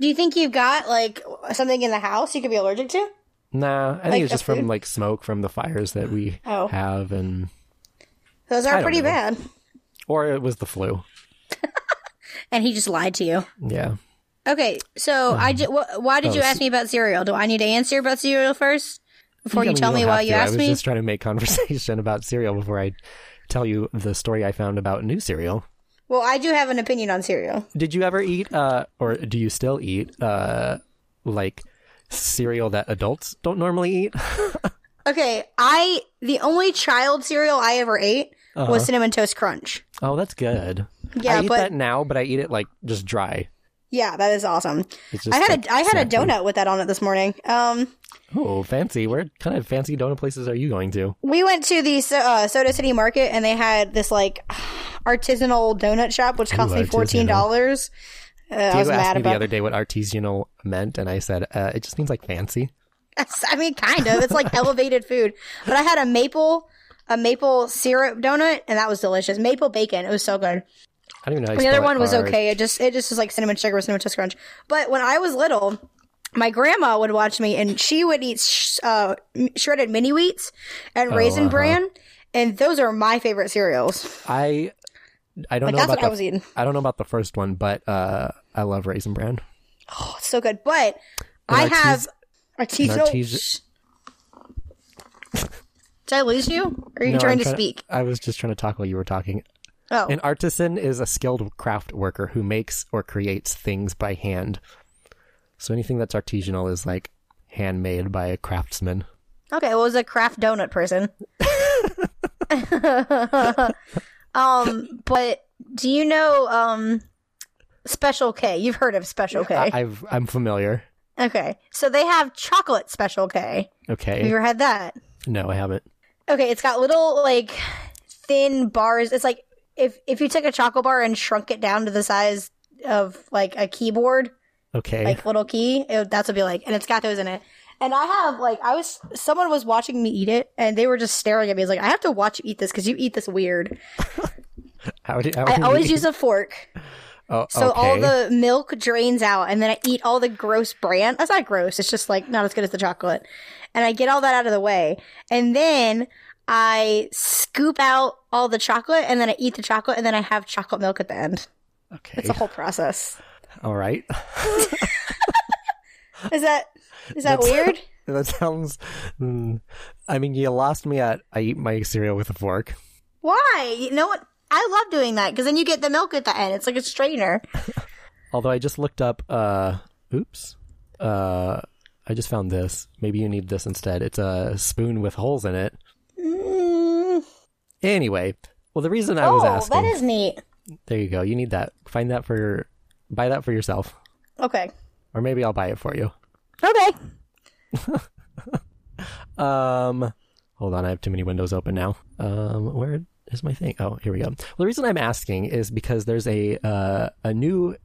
Do you think you've got like something in the house you could be allergic to? Nah, I think Like it's the just food? from like smoke from the fires that we Oh. have, and Those I are don't pretty know. bad. or it was the flu. And he just lied to you. Yeah, Okay, so I ju- wh- why did oh, you s- ask me about cereal? Do I need to answer about cereal first before you, I mean, tell don't me have why you to. I asked was me? just trying to make conversation about cereal before I tell you the story I found about new cereal. Well, I do have an opinion on cereal. Did you ever eat, uh, or do you still eat, uh, like cereal that adults don't normally eat? Okay, I the only child cereal I ever ate Uh-huh. was cinnamon toast crunch. oh, that's good. Yeah, I eat but- that now, but I eat it like just dry. Yeah, that is awesome. It's just I had like, a I had snack a food. donut with that on it this morning. Um, Oh, fancy! Where kind of fancy donut places are you going to? we went to the so- uh, Soda City Market and they had this like artisanal donut shop, which cost me artisanal. fourteen dollars. Uh, I was Diego asked mad me about. the other day what artisanal meant, and I said uh, it just means like fancy. That's- I mean, kind of. It's like elevated food. But I had a maple, a maple syrup donut, and that was delicious. Maple bacon. It was so good. I don't even know. How you The other spell it. one was R- okay. It just, it just was like cinnamon sugar with cinnamon toast crunch. But when I was little, my grandma would watch me, and she would eat sh- uh, m- shredded mini wheats and raisin uh-huh. bran, and those are my favorite cereals. I I don't Like know that's about what the, I was eating. I don't know about the first one, but uh, I love raisin bran. Oh, it's so good. But An I artis- have artisanal. artis- Shh. Did I lose you? Or are you No, trying I'm to tryna- speak? I was just trying to talk while you were talking. Oh, An artisan is a skilled craft worker who makes or creates things by hand. So anything that's artisanal is like handmade by a craftsman. Okay, well, it was a craft donut person. um, but do you know um Special K? You've heard of Special K. I, I've, I'm familiar. okay. So they have chocolate Special K. Have Okay. you ever had that? No, I haven't. Okay, it's got little like thin bars. It's like if if you took a chocolate bar and shrunk it down to the size of like a keyboard, Okay. like little key. It, that's what it'd be like, and it's got those in it. And I have like I was someone was watching me eat it, and they were just staring at me. It's like I have to watch you eat this because you eat this weird. how do, how I do always you- use a fork, Oh, so all okay. the milk drains out, and then I eat all the gross bran. That's not gross; it's just like not as good as the chocolate. And I get all that out of the way, and then I scoop out all the chocolate, and then I eat the chocolate, and then I have chocolate milk at the end. okay. It's a whole process. All right. Is that is that weird? That sounds. mm, I mean, you lost me at. I eat my cereal with a fork. Why? You know what? I love doing that because then you get the milk at the end. It's like a strainer. Although I just looked up. Uh, oops. Uh, I just found this. Maybe you need this instead. It's a spoon with holes in it. Mm. Anyway, well, the reason I was Oh, asking. that is neat. there you go. You need that. Find that for your. Buy that for yourself, Okay. or maybe I'll buy it for you. Okay. Um, hold on, I have too many windows open now. Um, where is my thing? Oh, here we go. Well, the reason I'm asking is because there's a uh, a new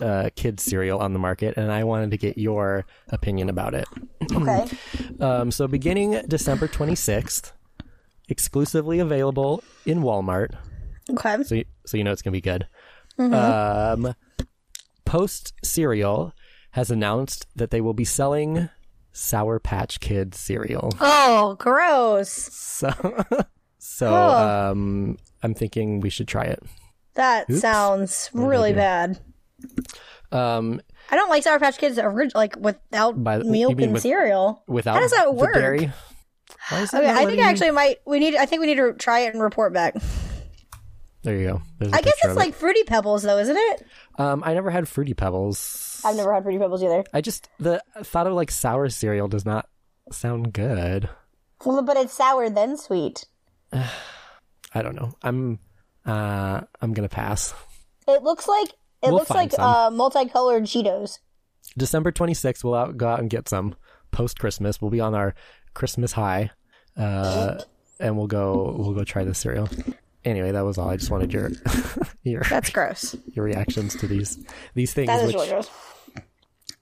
uh, kids cereal on the market, and I wanted to get your opinion about it. Okay. Um, so beginning December 26th, exclusively available in Walmart. okay. So you, so you know it's gonna be good. Um, Post cereal has announced that they will be selling Sour Patch Kids cereal. Oh, gross. So, so Cool. um, I'm thinking we should try it. That sounds really bad. Um, I don't like Sour Patch Kids orig- like without By the- you milk mean and with- cereal. without How does that the work? berry. Why is that Okay, not I think letting I me- actually might. We need. I think we need to try it and report back. There you go. There's a I guess picture it's of it. like Fruity Pebbles, though, isn't it? Um, I never had Fruity Pebbles. I've never had Fruity Pebbles either. I just the thought of like sour cereal does not sound good. Well, but it's sour then sweet. I don't know. I'm uh I'm gonna pass. It looks like it We'll looks find like some. uh, multicolored Cheetos. December 26th, we'll out, go out and get some post Christmas. We'll be on our Christmas high, uh, and we'll go we'll go try this cereal. Anyway, that was all. I just wanted your your That's gross. your reactions to these these things. That is which, really gross.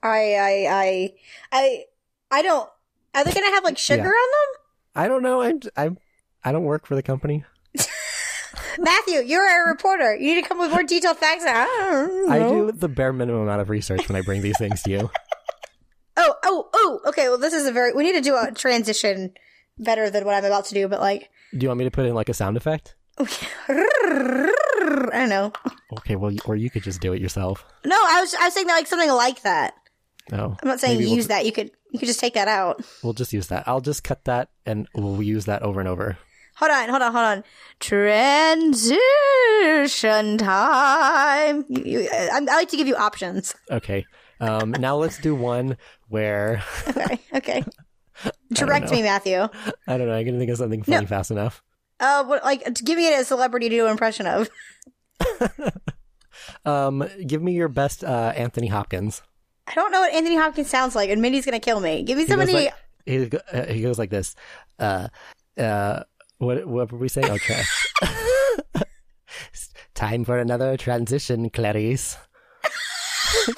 I I I I I don't. Are they gonna have like sugar Yeah. on I don't know. I'm I'm I don't work for the company. them? Matthew, you're a reporter. You need to come with more detailed facts. I don't know. I do the bare minimum amount of research when I bring these things to you. Oh, oh, oh. Okay. Well, this is a very. We need to do a transition better than what I'm about to do, but like. Do you want me to put in like a sound effect? I don't know. Okay, well, or you could just do it yourself. No, I was. I was saying that like something like that. No, I'm not saying Maybe we'll use that. You could. You could just take that out. We'll just use that. I'll just cut that and we'll use that over and over. Hold on. Hold on. Hold on. Transition time. You, you, uh, I, I like to give you options. Okay. Um, now let's do one where Okay. Okay. Direct me, Matthew. I don't know. I can think of something funny fast enough. Uh, what, like, give me a celebrity to do an impression of. Um, give me your best uh, Anthony Hopkins. I don't know what Anthony Hopkins sounds like, and Minnie's gonna kill me. Give me goes somebody. like- He, go- uh, he goes like this. Uh, uh, what what were we saying? Okay. It's Time for another transition, Clarice.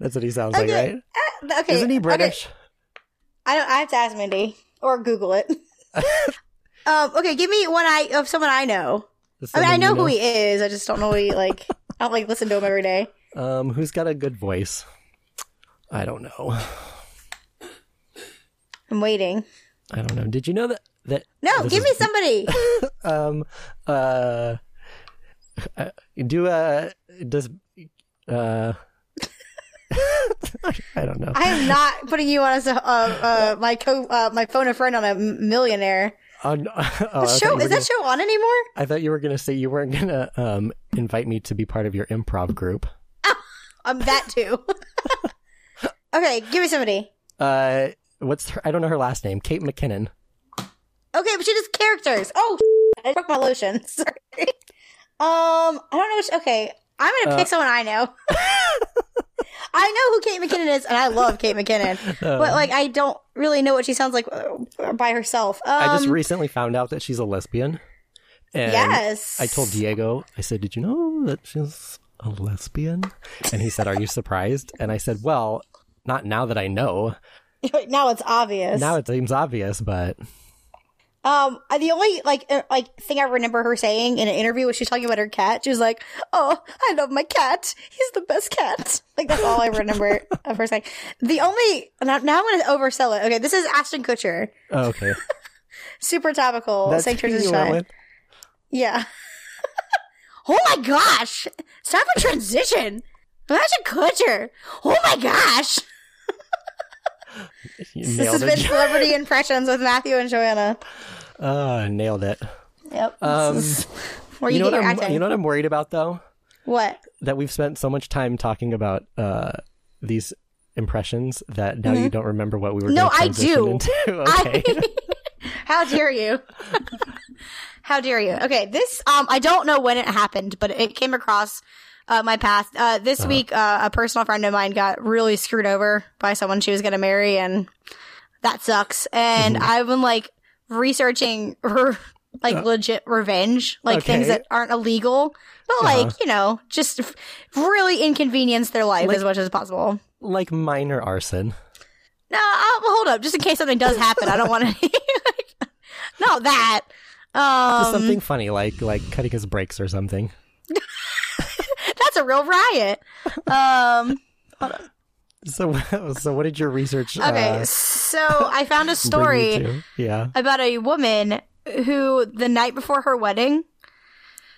That's what he sounds like, Okay. right? uh, okay. Isn't he okay. British? I don't. I have to ask Mindy or Google it. um, okay, give me one I of someone I know. I mean, I Someone know you who he is. I just don't know. Who he like. I don't like listen to him every day. Um, who's got a good voice? I don't know. I'm waiting. I don't know. Did you know that that No, this give me is- somebody. um uh uh, do uh does uh I don't know. I am not putting you on as a, uh, uh, my co uh, my phone a friend on a m- millionaire. Oh, no. Oh, I thought you Show were is that gonna- show on anymore? I thought you were gonna say you weren't gonna um invite me to be part of your improv group. Um, that too. okay, give me somebody. Uh, what's her, I don't know her last name. Kate McKinnon. Okay, but she does characters. Oh, I broke my lotion. Sorry. Um, I don't know which. Okay, I'm gonna Uh. pick someone I know. I know who Kate McKinnon is, and I love Kate McKinnon, Uh. but like I don't really know what she sounds like uh, by herself. Um, I just recently found out that she's a lesbian. And yes, I told Diego, I said, Did you know that she's a lesbian? And he said, Are you surprised? And I said, Well, not now that I know. now it's obvious. Now it seems obvious, but Um, I- the only like uh, like thing I remember her saying in an interview was she was talking about her cat. She was like, "Oh, I love my cat. He's the best cat." Like that's all I remember of her saying. The only now, now I'm gonna oversell it. Okay, this is Ashton Kutcher, oh, okay. super topical. That's E Sanctuary who you went Sunshine. with? Yeah. oh my gosh! It's time for transition. Ashton Kutcher. Oh my gosh! You This has nailed been it. celebrity impressions with Matthew and Joanna. Ah, nailed it. Yep. this Um, is where You you, know, get your what I'm, acting. you know what I'm worried about, though? what? That we've spent so much time talking about uh, these impressions that now you don't remember what we were Mm-hmm. No, gonna I transition do. into. I- Okay. How dare you? How dare you? Okay, this um I don't know when it happened, but it came across uh, my path. Uh, this Uh-huh. week, uh, a personal friend of mine got really screwed over by someone she was going to marry, and that sucks. And Mm-hmm. I've been like researching her like legit revenge, like Uh. okay. things that aren't illegal, but like Uh-huh. you know, just f- really inconvenience their life as much as possible. like minor arson. No, I'll, well, hold up. Just in case something does happen, I don't want to. not that. Um, something funny, like like cutting his brakes or something. that's a real riot. Um, hold up. So, so what did your research? Okay, uh, so I bring found a you story to? Yeah. about a woman who the night before her wedding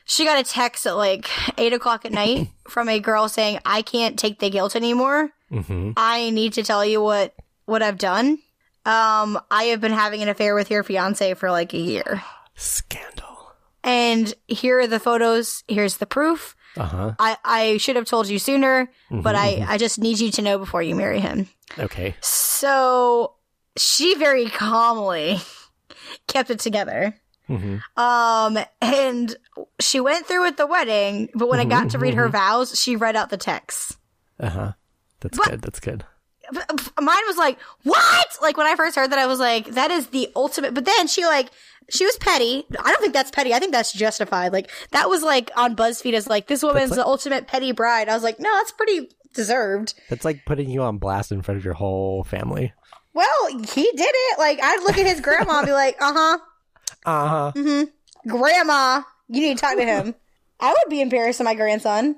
she got a text at like eight o'clock at night from a girl saying i can't take the guilt anymore hmm i need to tell you what what i've done um i have been having an affair with your fiance for like a year Scandal. and here are the photos here's the proof Uh huh. i i should have told you sooner but i i just need you to know before you marry him Okay. so she very calmly kept it together hmm Um, and she went through with the wedding, but when I got to read her vows, she read out the text. Uh huh. That's What? good. That's good. But, uh, Mine was like, what? Like when I first heard that, I was like, that is the ultimate. But then she like, she was petty. I don't think that's petty. I think that's justified. Like that was like on BuzzFeed as like this woman's like- the ultimate petty bride. I was like, no, that's pretty deserved. That's like putting you on blast in front of your whole family. Well, he did it. Like I'd look at his grandma and be like, uh huh, Uh huh. grandma, you need to talk to him. I would be embarrassed of my grandson.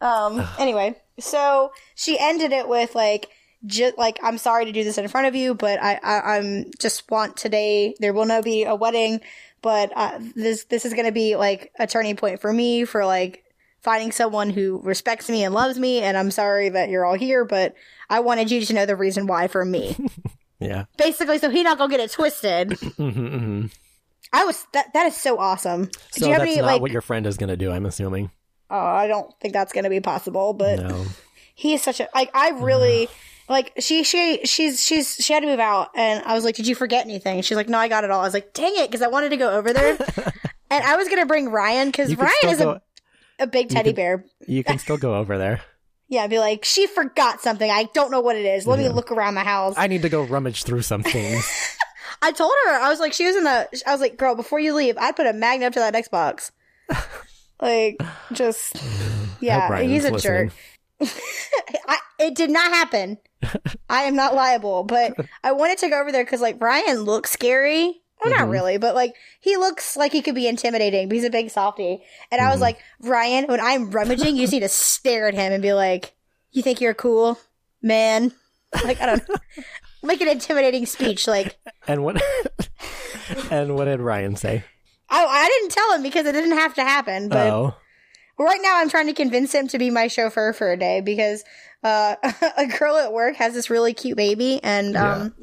Um. Anyway, so she ended it with like, just like I'm sorry to do this in front of you, but I, I I'm just want today. There will not be a wedding, but uh, this this is gonna be like a turning point for me for like finding someone who respects me and loves me. And I'm sorry that you're all here, but I wanted you to know the reason why for me. Yeah. Basically, so he not gonna get it twisted. hmm hmm I was that that is so awesome. So that's not what your friend is gonna do. I'm assuming. Oh, I don't think that's going to be possible. But No. he is such a like. I really like she she she's she's she had to move out, and I was like, "Did you forget anything?" She's like, "No, I got it all." I was like, "Dang it," because I wanted to go over there, and I was going to bring Ryan because You can Ryan still go. is a, a big teddy can- bear. You can still go over there. Yeah, be like, "She forgot something. I don't know what it is. Let Yeah. me look around the house." I need to go rummage through some things. I told her I was like, she was in the. I was like, girl, before you leave, I put a magnet up to that Xbox. like, just yeah, Brian's he's a listening. jerk. I, it did not happen. I am not liable, but I wanted to go over there because like Brian looks scary. Well, not Mhm. really, but like he looks like he could be intimidating. But he's a big softy, and I was Mhm. like, Ryan, when I'm rummaging, you just need to stare at him and be like, "You think you're cool, man?" Like I don't know. make an intimidating speech, like. and what? and what did Ryan say? I, I didn't tell him because it didn't have to happen. But Oh. right now, I'm trying to convince him to be my chauffeur for a day because uh, a girl at work has this really cute baby, and um,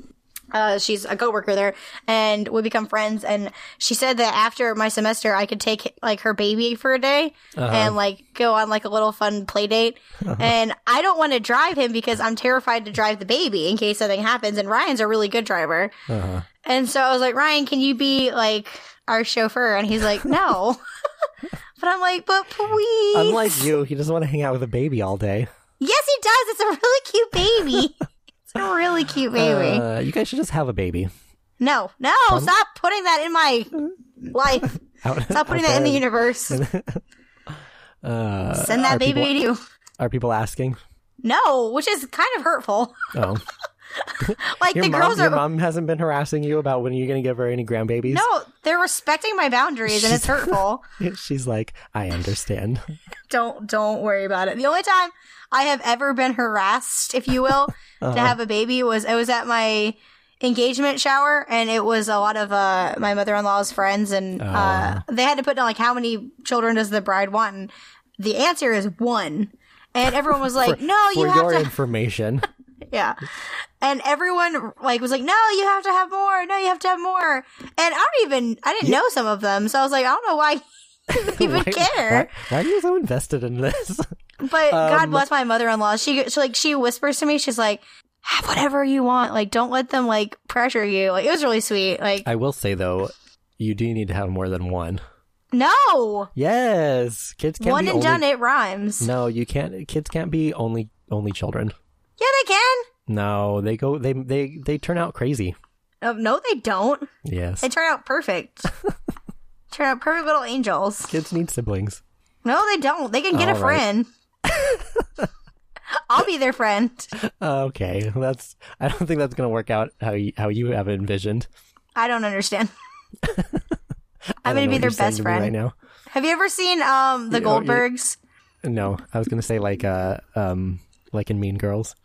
uh, she's a coworker there, and we become friends. And she said that after my semester, I could take like her baby for a day and like go on like a little fun play date. And I don't want to drive him because I'm terrified to drive the baby in case something happens. And Ryan's a really good driver. Uh-huh. And so I was like, Ryan, can you be like our chauffeur? And he's like, no. but I'm like, but please. Unlike you, he doesn't want to hang out with a baby all day. Yes, he does. It's a really cute baby. it's a really cute baby. Uh, you guys should just have a baby. no, no, stop putting that in my life. Out- Stop putting out that in the there. universe. Uh, Send that are baby people- to you. Are people asking? No, which is kind of hurtful. Oh, Like your the mom, girls your are mom hasn't been harassing you about when you're going to give her any grandbabies. no, they're respecting my boundaries and it's hurtful. she's like, I understand. don't don't worry about it. The only time I have ever been harassed, if you will, Uh-huh. to have a baby was I was at my engagement shower and it was a lot of uh my mother-in-law's friends and uh Oh. they had to put down like how many children does the bride want and the answer is one and everyone was like no you For have your to information, yeah. And everyone like was like, "No, you have to have more. No, you have to have more." And I don't even I didn't know some of them, so I was like, "I don't know why you even Why- care." Why, why are you so invested in this? But God Um, bless my mother-in-law. She, she like she whispers to me. She's like, "Have whatever you want. Like, don't let them like pressure you." Like, it was really sweet. Like, I will say though, you do need to have more than one. no, Yes, kids can't one be and only. done. eh? It rhymes. No, you can't. Kids can't be only only children. Yeah, they can. No, they go. They they they turn out crazy. Uh, no, they don't. Yes, They turn out perfect. turn out perfect little angels. kids need siblings. No, they don't. They can get a All right. friend. I'll be their friend. Okay, that's. I don't think that's gonna work out how you, how you have envisioned. I don't understand. I don't I'm gonna know be what you're their saying best to me friend. right now. Have you ever seen um the You- oh, you- Goldbergs? No, I was gonna say like uh um like in Mean Girls.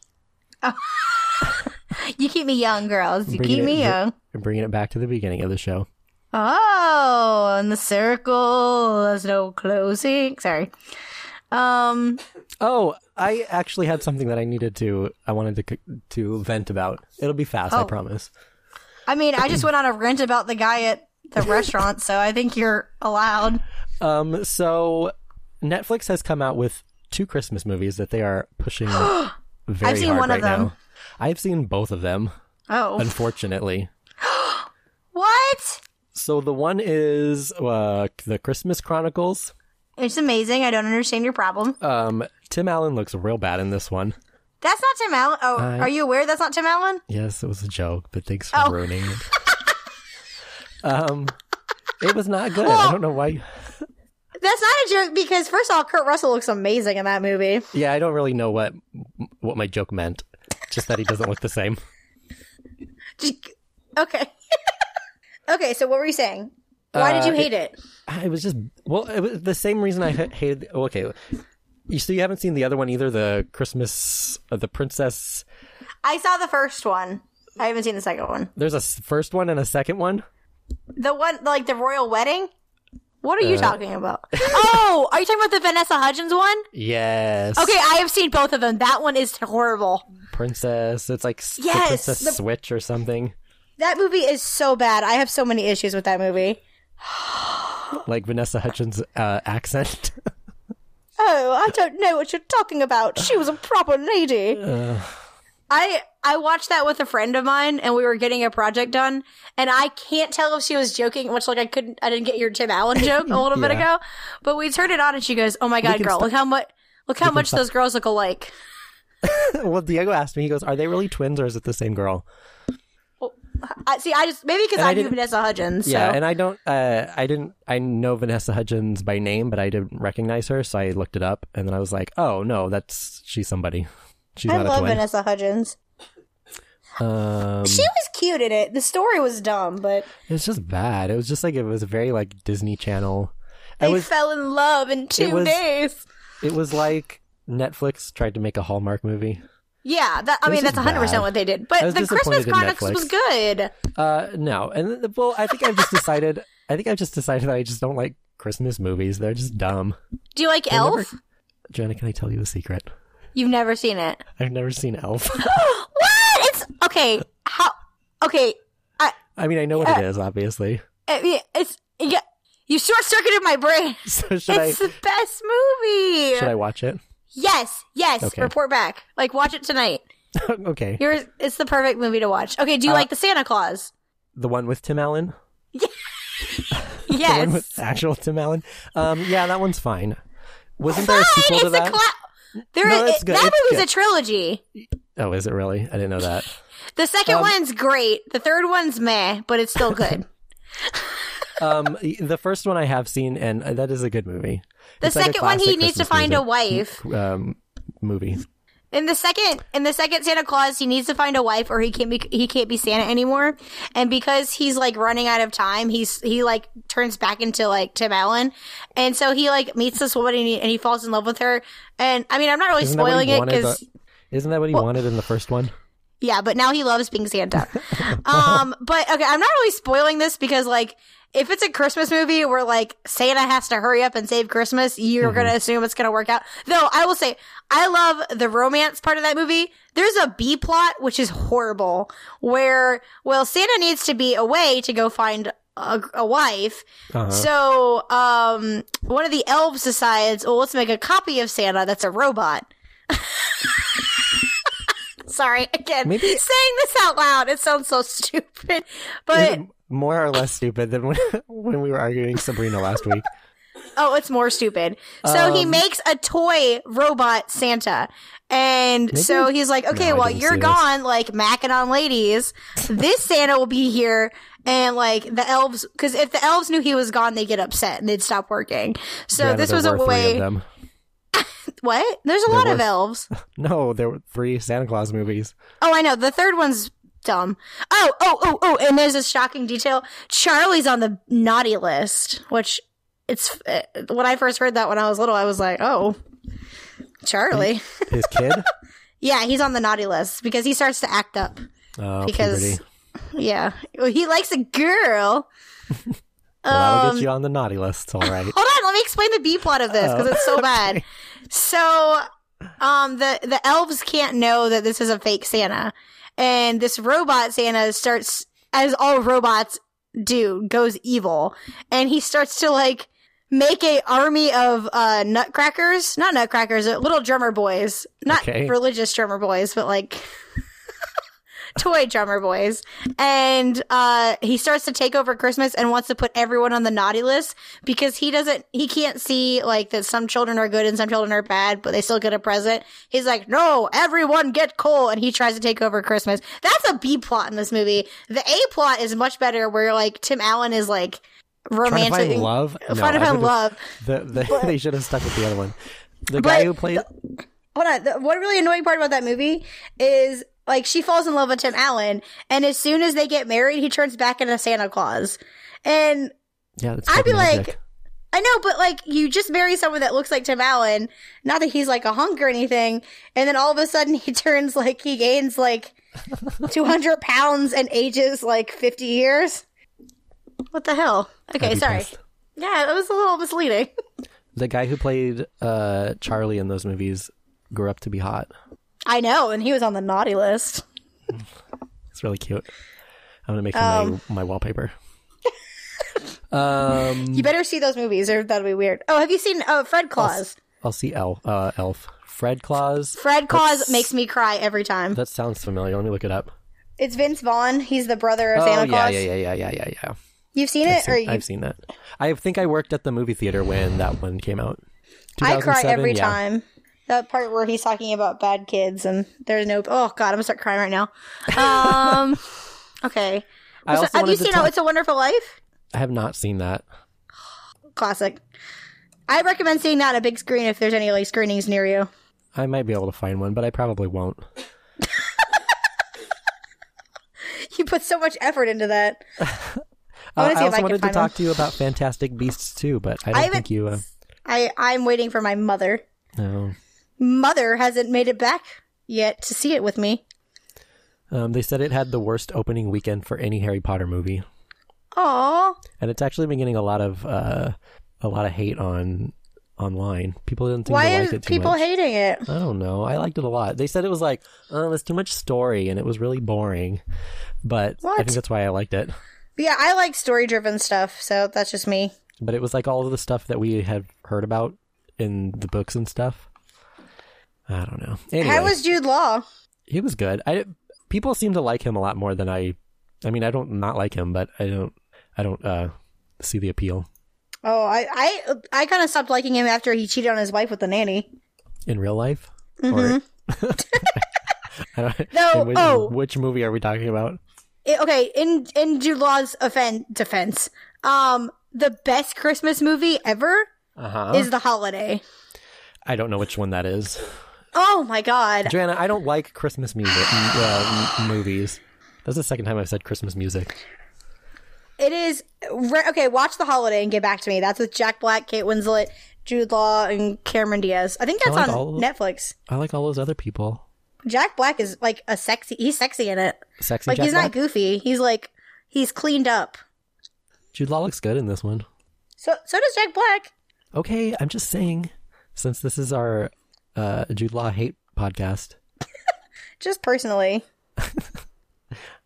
You keep me young, girls. You Bringing keep it- me br- young. bringing it back to the beginning of the show. Oh, and the circle there's no closing. Sorry. Um, Oh, I actually had something that I needed to. I wanted to c- to vent about. It'll be fast, I Oh. promise. I mean, I just went on a rant about the guy at the restaurant, so I think you're allowed. Um, so Netflix has come out with two Christmas movies that they are pushing very I've seen hard one of right them. now. I've seen both of them, Oh, unfortunately. what? So the one is uh, the Christmas Chronicles. It's amazing. I don't understand your problem. Um, Tim Allen looks real bad in this one. That's not Tim Allen. Oh, I- are you aware that's not Tim Allen? Yes, it was a joke, but thanks for Oh. ruining it. um, it was not good. I don't know why. That's not a joke because first of all, Kurt Russell looks amazing in that movie. Yeah, I don't really know what what my joke meant. Just that he doesn't look the same. Okay. okay, so what were you saying? Why did Uh, you hate it? It was just well, it was the same reason I ha- hated. Okay, you so you haven't seen the other one either, the Christmas, uh, the Princess. I saw the first one. I haven't seen the second one. There's a s- first one and a second one. The one, like the royal wedding? What Uh, are you talking about? oh, are you talking about the Vanessa Hudgens one? Yes. Okay, I have seen both of them. That one is horrible. Princess. It's like s- the Yes, Princess the- Switch or something. That movie is so bad. I have so many issues with that movie. Like Vanessa Hutchins' uh, accent. Oh, I don't know what you're talking about. She was a proper lady. Uh. I I watched that with a friend of mine, and we were getting a project done, and I can't tell if she was joking, much like I couldn't, I didn't get your Tim Allen joke a little bit Yeah. ago. But we turned it on, and she goes, "Oh my god, can girl, look how much, look how much those girls look alike." well, Diego asked me. He goes, "Are they really twins or is it the same girl?" I see. I just maybe because And I, I knew didn't- Vanessa Hudgens. Yeah, so. and I don't. Uh, I didn't. I know Vanessa Hudgens by name, but I didn't recognize her, so I looked it up, and then I was like, "Oh no, that's she's somebody. She's I not love a twin." Vanessa Hudgens. Um, She was cute in it. The story was dumb, but It's just bad. It was just like it was very like Disney Channel. It they was fell in love in two was- days. it was like Netflix tried to make a Hallmark movie. Yeah, that, I It was mean that's just 100 bad. percent what they did. I But was the Christmas disappointed in Chronicles Netflix. was good. Uh no. And th- th- well, I think I've just decided I think I've just decided that I just don't like Christmas movies. They're just dumb. Do you like Elf? never- Joanna, can I tell you a secret? You've never seen it. I've never seen Elf. what? It's okay. How? Okay. I, I mean, I know what it is, obviously. I mean, it's yeah. You short circuited my brain. So should I it's the best movie. should I watch it? Yes, yes. Okay. Report back. Like watch it tonight. okay. You're, it's the perfect movie to watch. Okay, Uh, do you like the Santa Claus? The one with Tim Allen? The Yes. one with actual Tim Allen? Um yeah, that one's fine. Wasn't there Fine, a sequel to it's that? a cla- There No, is it's good, that it's movie's good. a trilogy. oh, is it really? I didn't know that. The second one's great. The third one's meh, but it's still good. um, the first one I have seen, and uh, that is a good movie. The It's like a second one, he classic needs to Christmas Mm. find a music, wife. Um, movie. In the second, in the second Santa Claus, he needs to find a wife, or he can't be he can't be Santa anymore. And because he's like running out of time, he's he like turns back into like Tim Allen, and so he like meets this woman and he, and he falls in love with her. And I mean, I'm not really Isn't that what spoiling he it wanted, because though? Isn't that what he wanted in the first one? Yeah, but now he loves being Santa. um, but okay, I'm not really spoiling this because like if it's a Christmas movie where like Santa has to hurry up and save Christmas, you're gonna assume it's gonna work out. Though I will say I love the romance part of that movie. There's a B plot which is horrible, where well Santa needs to be away to go find a, a wife, Uh-huh. so um, one of the elves decides, well, let's make a copy of Santa that's a robot. Sorry, again, Maybe- saying this out loud, it sounds so stupid. Is But it more or less stupid than when, when we were arguing Sabrina last week. oh, it's more stupid. So he Um, makes a toy robot Santa. And so he's like, okay, No, I well, didn't you're see this. gone, like macking on ladies. this Santa will be here. And like the elves, because if the elves knew he was gone, they'd get upset and they'd stop working. So Granted, this there was a were three way. of them. What? There's a There lot of was- elves. No, there were three Santa Claus movies. Oh, I know. The third one's dumb. Oh, oh, oh, oh. And there's a shocking detail. Charlie's on the naughty list, which it's uh, Hmm. when I first heard that when I was little, I was like, oh, Charlie. His kid. Yeah, he's on the naughty list because he starts to act up. Oh, Because- puberty. Yeah, Well, he likes a girl. Well, that'll Um, get you on the naughty list, all right. Oh, Hold on, let me explain the B plot of this because it's so bad. So, um, the the elves can't know that this is a fake Santa, and this robot Santa starts, as all robots do, goes evil, and he starts to like make a army of uh nutcrackers, not nutcrackers, uh, little drummer boys, not Okay. religious drummer boys, but like. Toy drummer boys, and uh, he starts to take over Christmas and wants to put everyone on the naughty list because he doesn't he can't see like that some children are good and some children are bad but they still get a present he's like no everyone get coal and he tries to take over christmas that's a b plot in this movie the a plot is much better where like tim allen is like Trying romantic to find love? No, Trying to I find would've- love The, the, they should have stuck with the other one. The guy But who played. hold on. The, one really annoying part about that movie is like she falls in love with Tim Allen, and as soon as they get married, he turns back into Santa Claus. And yeah, that's I'd called be like, eh, magic. I know, but like you just marry someone that looks like Tim Allen, not that he's like a hunk or anything, and then all of a sudden he turns like he gains like 200 pounds and ages like 50 years. What the hell? I'd Okay, be sorry. pissed. Yeah, it was a little misleading. The guy who played uh, Charlie in those movies grew up to be hot. I know, and he was on the naughty list. It's really cute. I'm gonna make him my, my wallpaper. um, You better see those movies, or that'll be weird. Oh, have you seen uh, Fred Claus? I'll see Elf. Uh, Elf. Fred Claus. Fred Claus makes me cry every time. That sounds familiar. Let me look it up. It's Vince Vaughn. He's the brother of oh Santa Claus. yeah, yeah, yeah, yeah, yeah, yeah. You've seen it, or Seen- you? I've seen that. I think I worked at the movie theater when that one came out. I cry 2007? every Yeah. time. That part where he's talking about bad kids and there's no. Oh God, I'm gonna start crying right now. Um. okay. I also So, have you wanted to seen talk- Oh, It's a Wonderful Life? I have not seen that. Classic. I recommend seeing that on a big screen if there's any like screenings near you. I might be able to find one, but I probably won't. You put so much effort into that. I Uh, wanna see I if also I can wanted to find one. talk to you about Fantastic Beasts too, but I I don't haven't- think you. Uh, I I'm waiting for my mother. no. Mother hasn't made it back yet to see it with me. Um, they said it had the worst opening weekend for any Harry Potter movie, Aw. and it's actually been getting a lot of uh, a lot of hate on online. People didn't seem Why to are like it too people much. hating it? I don't know. I liked it a lot. They said it was like, oh, there's too much story, and it was really boring. But I What? think that's why I liked it. Yeah, I like story driven stuff, so that's just me. But it was like all of the stuff that we had heard about in the books and stuff. I don't know. Anyway, How was Jude Law? he was good. I people seem to like him a lot more than I. I mean, I don't not like him, but I don't. I don't uh, see the appeal. Oh, I I, I kind of stopped liking him after he cheated on his wife with the nanny. In real life? Or, I don't- No, in which, Mm-hmm. oh. which movie are we talking about? I- okay, in in Jude Law's offen- defense, um, the best Christmas movie ever Uh-huh. is The Holiday. I don't know which one that is. Oh my god, Joanna, I don't like Christmas music uh, m- movies. That's the second time I've said Christmas music. it is. Re- okay, watch The Holiday and get back to me. That's with Jack Black, Kate Winslet, Jude Law, and Cameron Diaz. I think that's like all on of- Netflix. I like all those other people. Jack Black is like a sexy. He's sexy in it. Sexy Like Jack he's not Black. goofy. He's like he's cleaned up. Jude Law looks good in this one. So so does Jack Black. Okay, I'm just saying, since this is our uh, Jude Law hate podcast, just personally.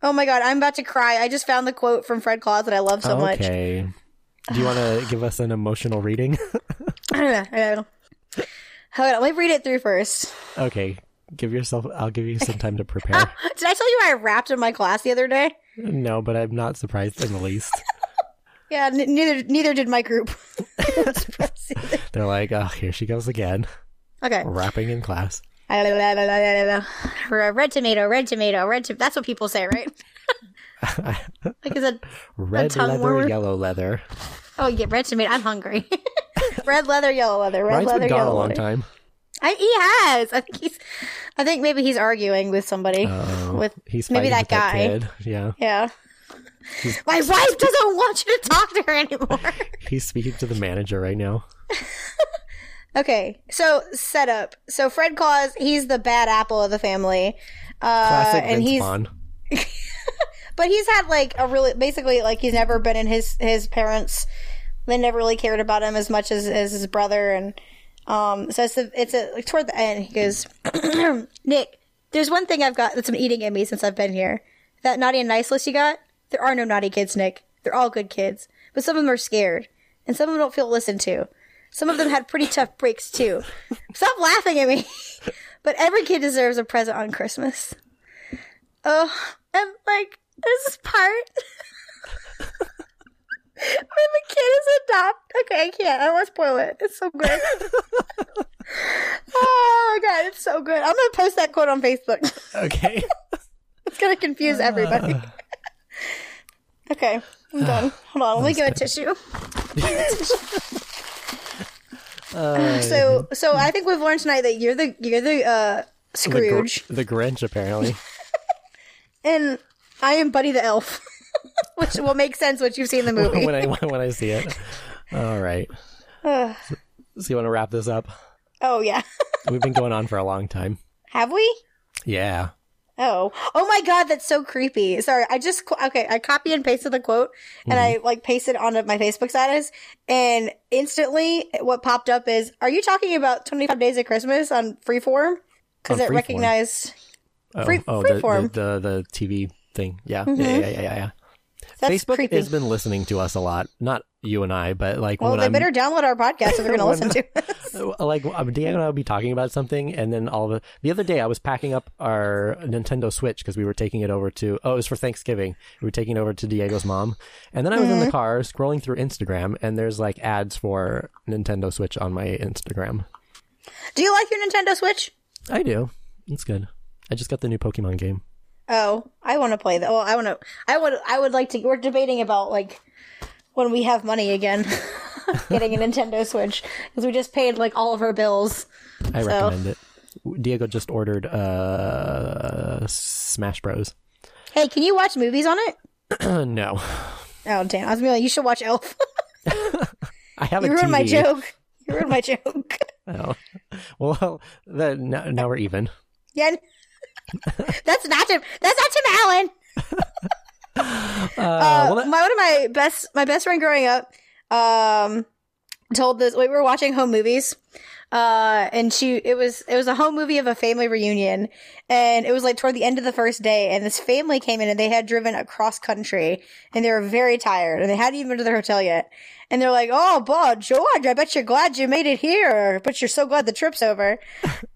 oh my god, I'm about to cry. I just found the quote from Fred Claus that I love so much. okay. Do you want to give us an emotional reading? I don't know. I don't know. Hold on, let me read it through first. okay, give yourself. I'll give you some time to prepare. Did I tell you I rapped in my class the other day? no, but I'm not surprised in the least. Yeah, n- neither neither did my group. okay. They're like, oh, here she goes again, rapping in class. Red tomato, red tomato, red tomato. That's what people say, right? like is it Red tongue leather, warmer. yellow leather. Oh, yeah, red tomato. I'm hungry. red leather, yellow leather. Red Ryan's leather, been gone yellow a long leather. time. I, he has. I think he's. I think maybe he's arguing with somebody. Oh, with he's maybe fighting that with guy. kid. Yeah, Yeah. My wife doesn't want you to talk to her anymore. he's speaking to the manager right now. Okay, so setup. So Fred Claus, he's the bad apple of the family. Uh, Classic and Vince he's Vaughn. but he's had like a really basically like he's never been in his his parents they never really cared about him as much as, as his brother and um so it's a, it's a like toward the end he goes nick there's one thing i've got that's been eating at me since i've been here that naughty and nice list you got there are no naughty kids nick they're all good kids but some of them are scared and some of them don't feel listened to some of them had pretty tough breaks too stop laughing at me but every kid deserves a present on christmas oh and like this part when the kid is adopted. Okay, I can't. I won't spoil it. It's so good. oh my god, it's so good. I'm gonna post that quote on Facebook. Okay. It's gonna confuse everybody. okay, I'm done. Hold on, let me get a tissue. so, so I think we've learned tonight that you're the you're the uh, the, Gr- Scrooge, the Grinch, apparently. and I am Buddy the Elf, which will make sense once you've seen the movie. when I when I see it. All right. so you want to wrap this up? oh yeah, We've been going on for a long time. have we? Yeah. Oh, oh my God, that's so creepy. Sorry, I just qu- okay. I copy and pasted the quote, and Mm-hmm. I like pasted onto my Facebook status, and instantly, what popped up is, "Are you talking about Twenty Five Days of Christmas on Freeform?" Because On it Freeform. recognized Oh, Free- oh the, freeform. Mm-hmm. the, the the TV thing. Yeah. Yeah, yeah, yeah, yeah, yeah. that's Facebook creepy. has been listening to us a lot. Not you and I, but like well, when they I'm better download our podcast if they're going to When- listen to. it. like um, Diego and I will be talking about something, and then all the the other day I was packing up our Nintendo Switch because we were taking it over to oh it was for Thanksgiving we were taking it over to Diego's mom, and then I was in Mm-hmm. the car scrolling through Instagram and there's like ads for Nintendo Switch on my Instagram. Do you like your Nintendo Switch? I do, it's good. I just got the new Pokemon game. Oh, I want to play that. Well, I want to. I would. I would like to. We're debating about like when we have money again, getting a Nintendo Switch because we just paid like all of our bills. I recommend it. Diego just ordered uh Smash Bros. Hey, can you watch movies on it? no, Oh damn! I was gonna be like, you should watch Elf. I have you a ruined TV. my joke. You ruined my joke. Oh. Well, the, now, now we're even. yeah, n- that's not Tim. That's not Tim Allen. Uh, Uh, well, that- my one of my best my best friend growing up um told this we were watching home movies uh and she it was it was a home movie of a family reunion and it was like toward the end of the first day and this family came in and they had driven across country and they were very tired and they hadn't even been to their hotel yet and they're like oh bob george i bet you're glad you made it here but you're so glad the trip's over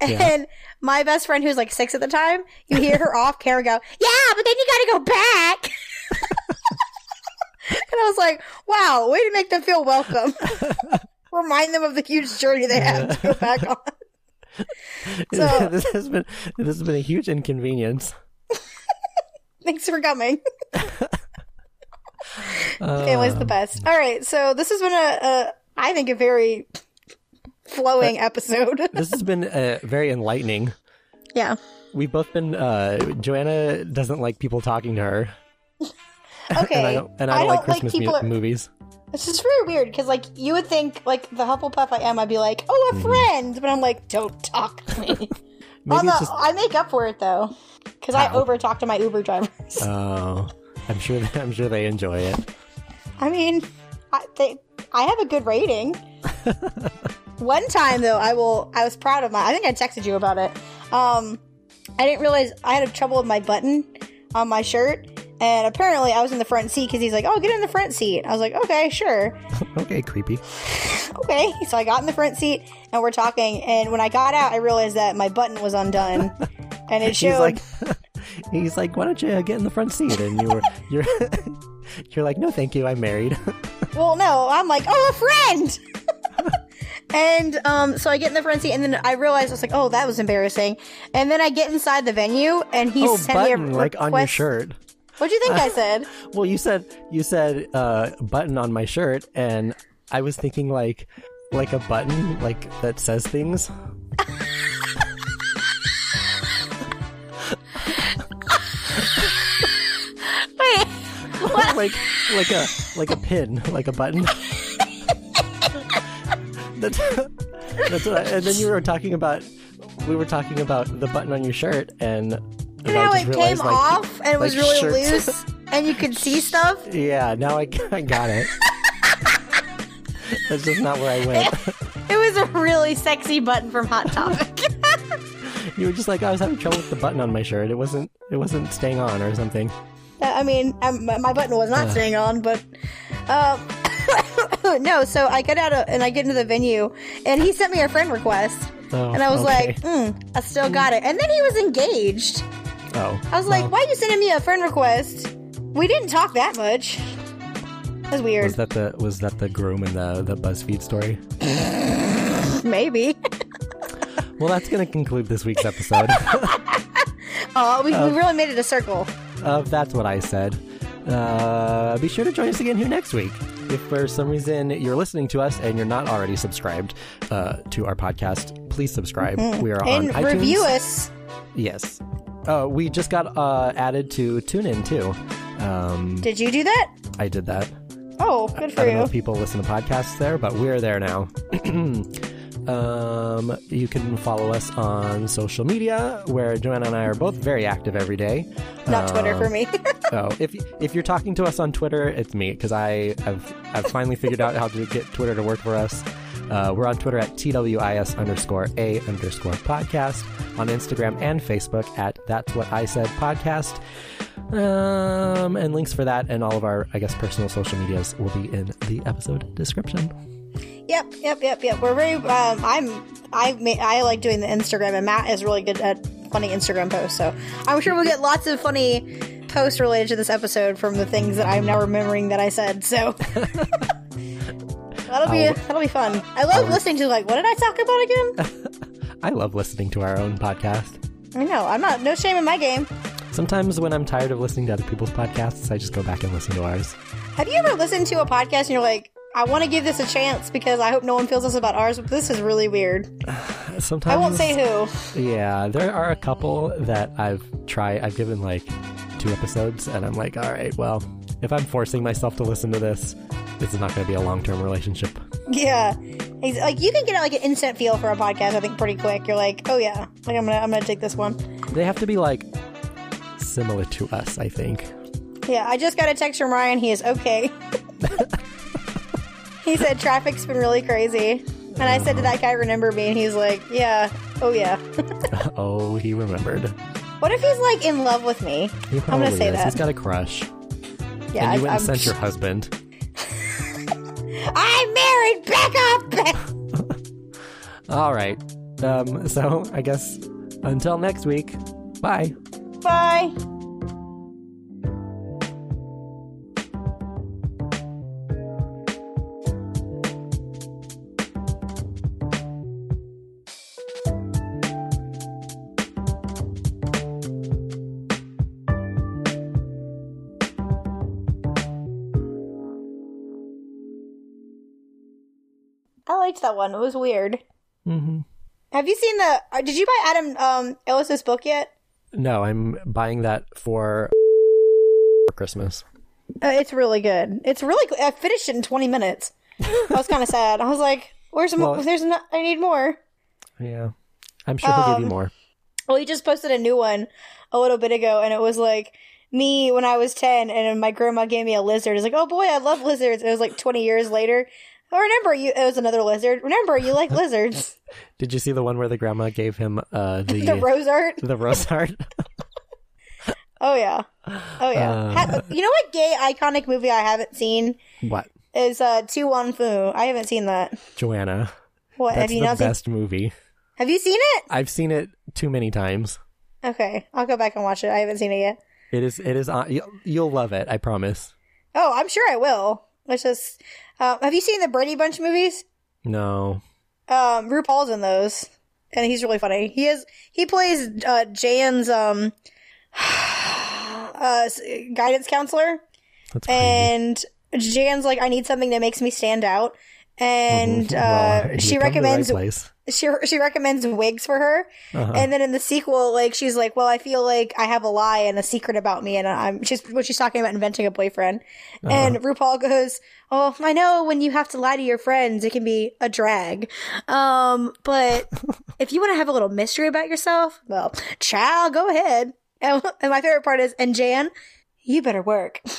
and my best friend who's like six at the time you hear her off camera go yeah but then you gotta go back and I was like, wow, way to make them feel welcome. Remind them of the huge journey they have to go back on. So- this has been this has been a huge inconvenience. Thanks for coming. Family's Um, the best. All right, so this has been a, a I think, a very flowing episode. This has been uh, very enlightening. yeah. We've both been. Uh, Joanna doesn't like people talking to her, Okay. and I don't, and I don't, like Christmas mu- people. are- movies. it's just very weird because, like, you would think, like, the Hufflepuff I am, I'd be like, oh, a friend, but I'm like, don't talk to me. Mm-hmm. Maybe Although it's just. I make up for it though, because I How? over talk to my Uber drivers. Oh, I'm sure. They, I'm sure they enjoy it. I mean, I, they, I have a good rating. One time though, I will. I was proud of my. I think I texted you about it. Um, I didn't realize I had trouble with my button on my shirt, and apparently I was in the front seat because he's like, "Oh, get in the front seat." I was like, "Okay, sure." Okay, creepy. okay. So I got in the front seat and we're talking. And when I got out, I realized that my button was undone, and He's it showed. like, he's like, why don't you get in the front seat? And you were, you're, you're like, no, thank you. I'm married. Well, no, I'm like, oh, a friend. and um, so I get in the front seat, and then I realize I was like, oh, that was embarrassing. And then I get inside the venue, and he oh, sent me a button request. like on your shirt. What do you think I said? Well, you said you said uh, button on my shirt, and I was thinking like like a button like that says things. Wait, what? like like a like a pin, like a button. That's- That's what I, and then you were talking about we were talking about the button on your shirt and and I How just it realized, came like, off and it was like really shirts. loose and you could see stuff. Yeah, now I, I got it. That's just not where I went. It was a really sexy button from Hot Topic. You were just like, "Oh, I was having trouble with the button on my shirt. It wasn't it wasn't staying on or something. I mean, um, my- my button was not staying on, but uh, no. So I get out of, and I get into the venue, and he sent me a friend request, Oh, and I was okay. like, mm, I still got it. And then he was engaged. Oh. I was like, why are you sending me a friend request? We didn't talk that much. That's weird. Was that the was that the groom in the the BuzzFeed story? Maybe. Well, that's going to conclude this week's episode Oh, Uh, we, we really made it a circle. of That's What I Said. Uh, be sure to join us again here next week. If for some reason you're listening to us and you're not already subscribed uh, to our podcast, please subscribe. We are Mm-hmm. And on iTunes. review us. Yes. Uh, we just got uh, added to TuneIn too. Um, Did you do that? I did that. Oh, good I for don't know you. if people listen to podcasts there, but we're there now. um, you can follow us on social media, where Joanna and I are both very active every day. Not Twitter Uh, for me. So if if you're talking to us on Twitter, it's me because I have I've finally figured out how to get Twitter to work for us. Uh, we're on Twitter at twis underscore a underscore podcast, on Instagram and Facebook at that's what I said podcast. Um, and links for that and all of our I guess personal social medias will be in the episode description. Yep, yep, yep, yep. We're very. Um, I'm. I ma- I like doing the Instagram, and Matt is really good at funny Instagram posts. So I'm sure we'll get lots of funny posts related to this episode from the things that I'm now remembering that I said. So that'll be I'll- that'll be fun. I love listening to like what did I talk about again? I love listening to our own podcast. I know I'm not no shame in my game. Sometimes when I'm tired of listening to other people's podcasts, I just go back and listen to ours. Have you ever listened to a podcast and you're like, I want to give this a chance because I hope no one feels this about ours, but this is really weird. Uh, Sometimes I won't say who. Yeah, there are a couple that I've tried. I've given like two episodes, and I'm like, all right, well, if I'm forcing myself to listen to this, this is not going to be a long term relationship. Yeah, He's, like you can get like an instant feel for a podcast. I think pretty quick. You're like, oh yeah, like I'm gonna I'm gonna take this one. They have to be like similar to us, I think. Yeah, I just got a text from Ryan. He is okay. he said traffic's been really crazy, and I said to that guy, remember me? And he's like, yeah, oh yeah. oh, he remembered. what if he's like in love with me? He I'm probably gonna say is. that. He's got a crush. yeah, and you I, went I'm, and sent your husband. I'm married. Back up. All right. Um, so I guess until next week, bye. Bye. I liked that one. It was weird. Mm-hmm. Have you seen the? uh, Did you buy Adam um, Ellis's book yet? No, I'm buying that for Christmas. Uh, it's really good. It's really. Good. I finished it in twenty minutes. I was kind of sad. I was like, "Where's mo- Well- there's not. I need more." Yeah. I'm sure he'll give you Um, more. Well, he just posted a new one a little bit ago, and it was like me when I was ten, and my grandma gave me a lizard. It's like, "Oh boy, I love lizards." And it was like twenty years later. I remember you. It was another lizard. Remember you like lizards. Did you see the one where the grandma gave him uh, the the rose art. the rose heart? Oh yeah. Oh yeah. Uh. Ha- you know what gay iconic movie I haven't seen what, is uh, Tu Wan Fu. I haven't seen that. Joanna? What That's have you the not seen? best movie. Have you seen it? I've seen it too many times. Okay, I'll go back and watch it. I haven't seen it yet. It is. It is. On, you- you'll love it. I promise. Oh, I'm sure I will. Let's just. Uh, have you seen the Brady Bunch movies? No. Um, RuPaul's in those, and he's really funny. He is. He plays uh, Jan's um, uh, s- guidance counselor, That's crazy. and Jan's like, "I need something that makes me stand out." and Mm-hmm. Well, uh, you come she to the right recommends place. she she recommends wigs for her, Uh-huh. and then in the sequel, like she's like, "Well, I feel like I have a lie and a secret about me," and I'm she's what she's talking about inventing a boyfriend, Uh-huh. and RuPaul goes, "Oh, I know when you have to lie to your friends, it can be a drag, um, but if you want to have a little mystery about yourself, well, child, go ahead." And, and my favorite part is, and Jan, you better work.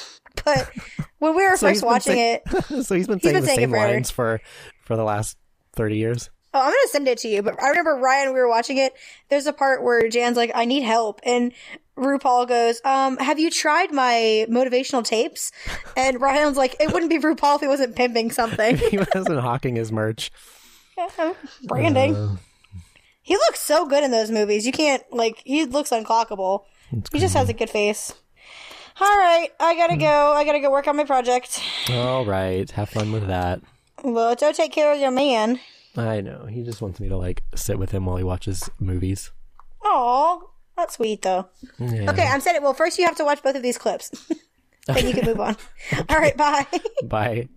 But when we were So he's first been watching saying- it, so he's been saying the He's been saying it same forever. lines for for the last thirty years. Oh, I'm gonna send it to you. But I remember Ryan, we were watching it. There's a part where Jan's like, "I need help," and RuPaul goes, "Um, have you tried my motivational tapes?" And Ryan's like, "It wouldn't be RuPaul if he wasn't pimping something, he wasn't hawking his merch. branding." Uh, he looks so good in those movies. You can't like he looks unclockable. He just has a good face. All right, I gotta go. I gotta go work on my project. all right, have fun with that. Loto, take care of your man. I know. He just wants me to like sit with him while he watches movies. Aw, that's sweet though. Yeah. Okay, I'm sending. Well, first you have to watch both of these clips, then you can move on. All right, bye. Bye.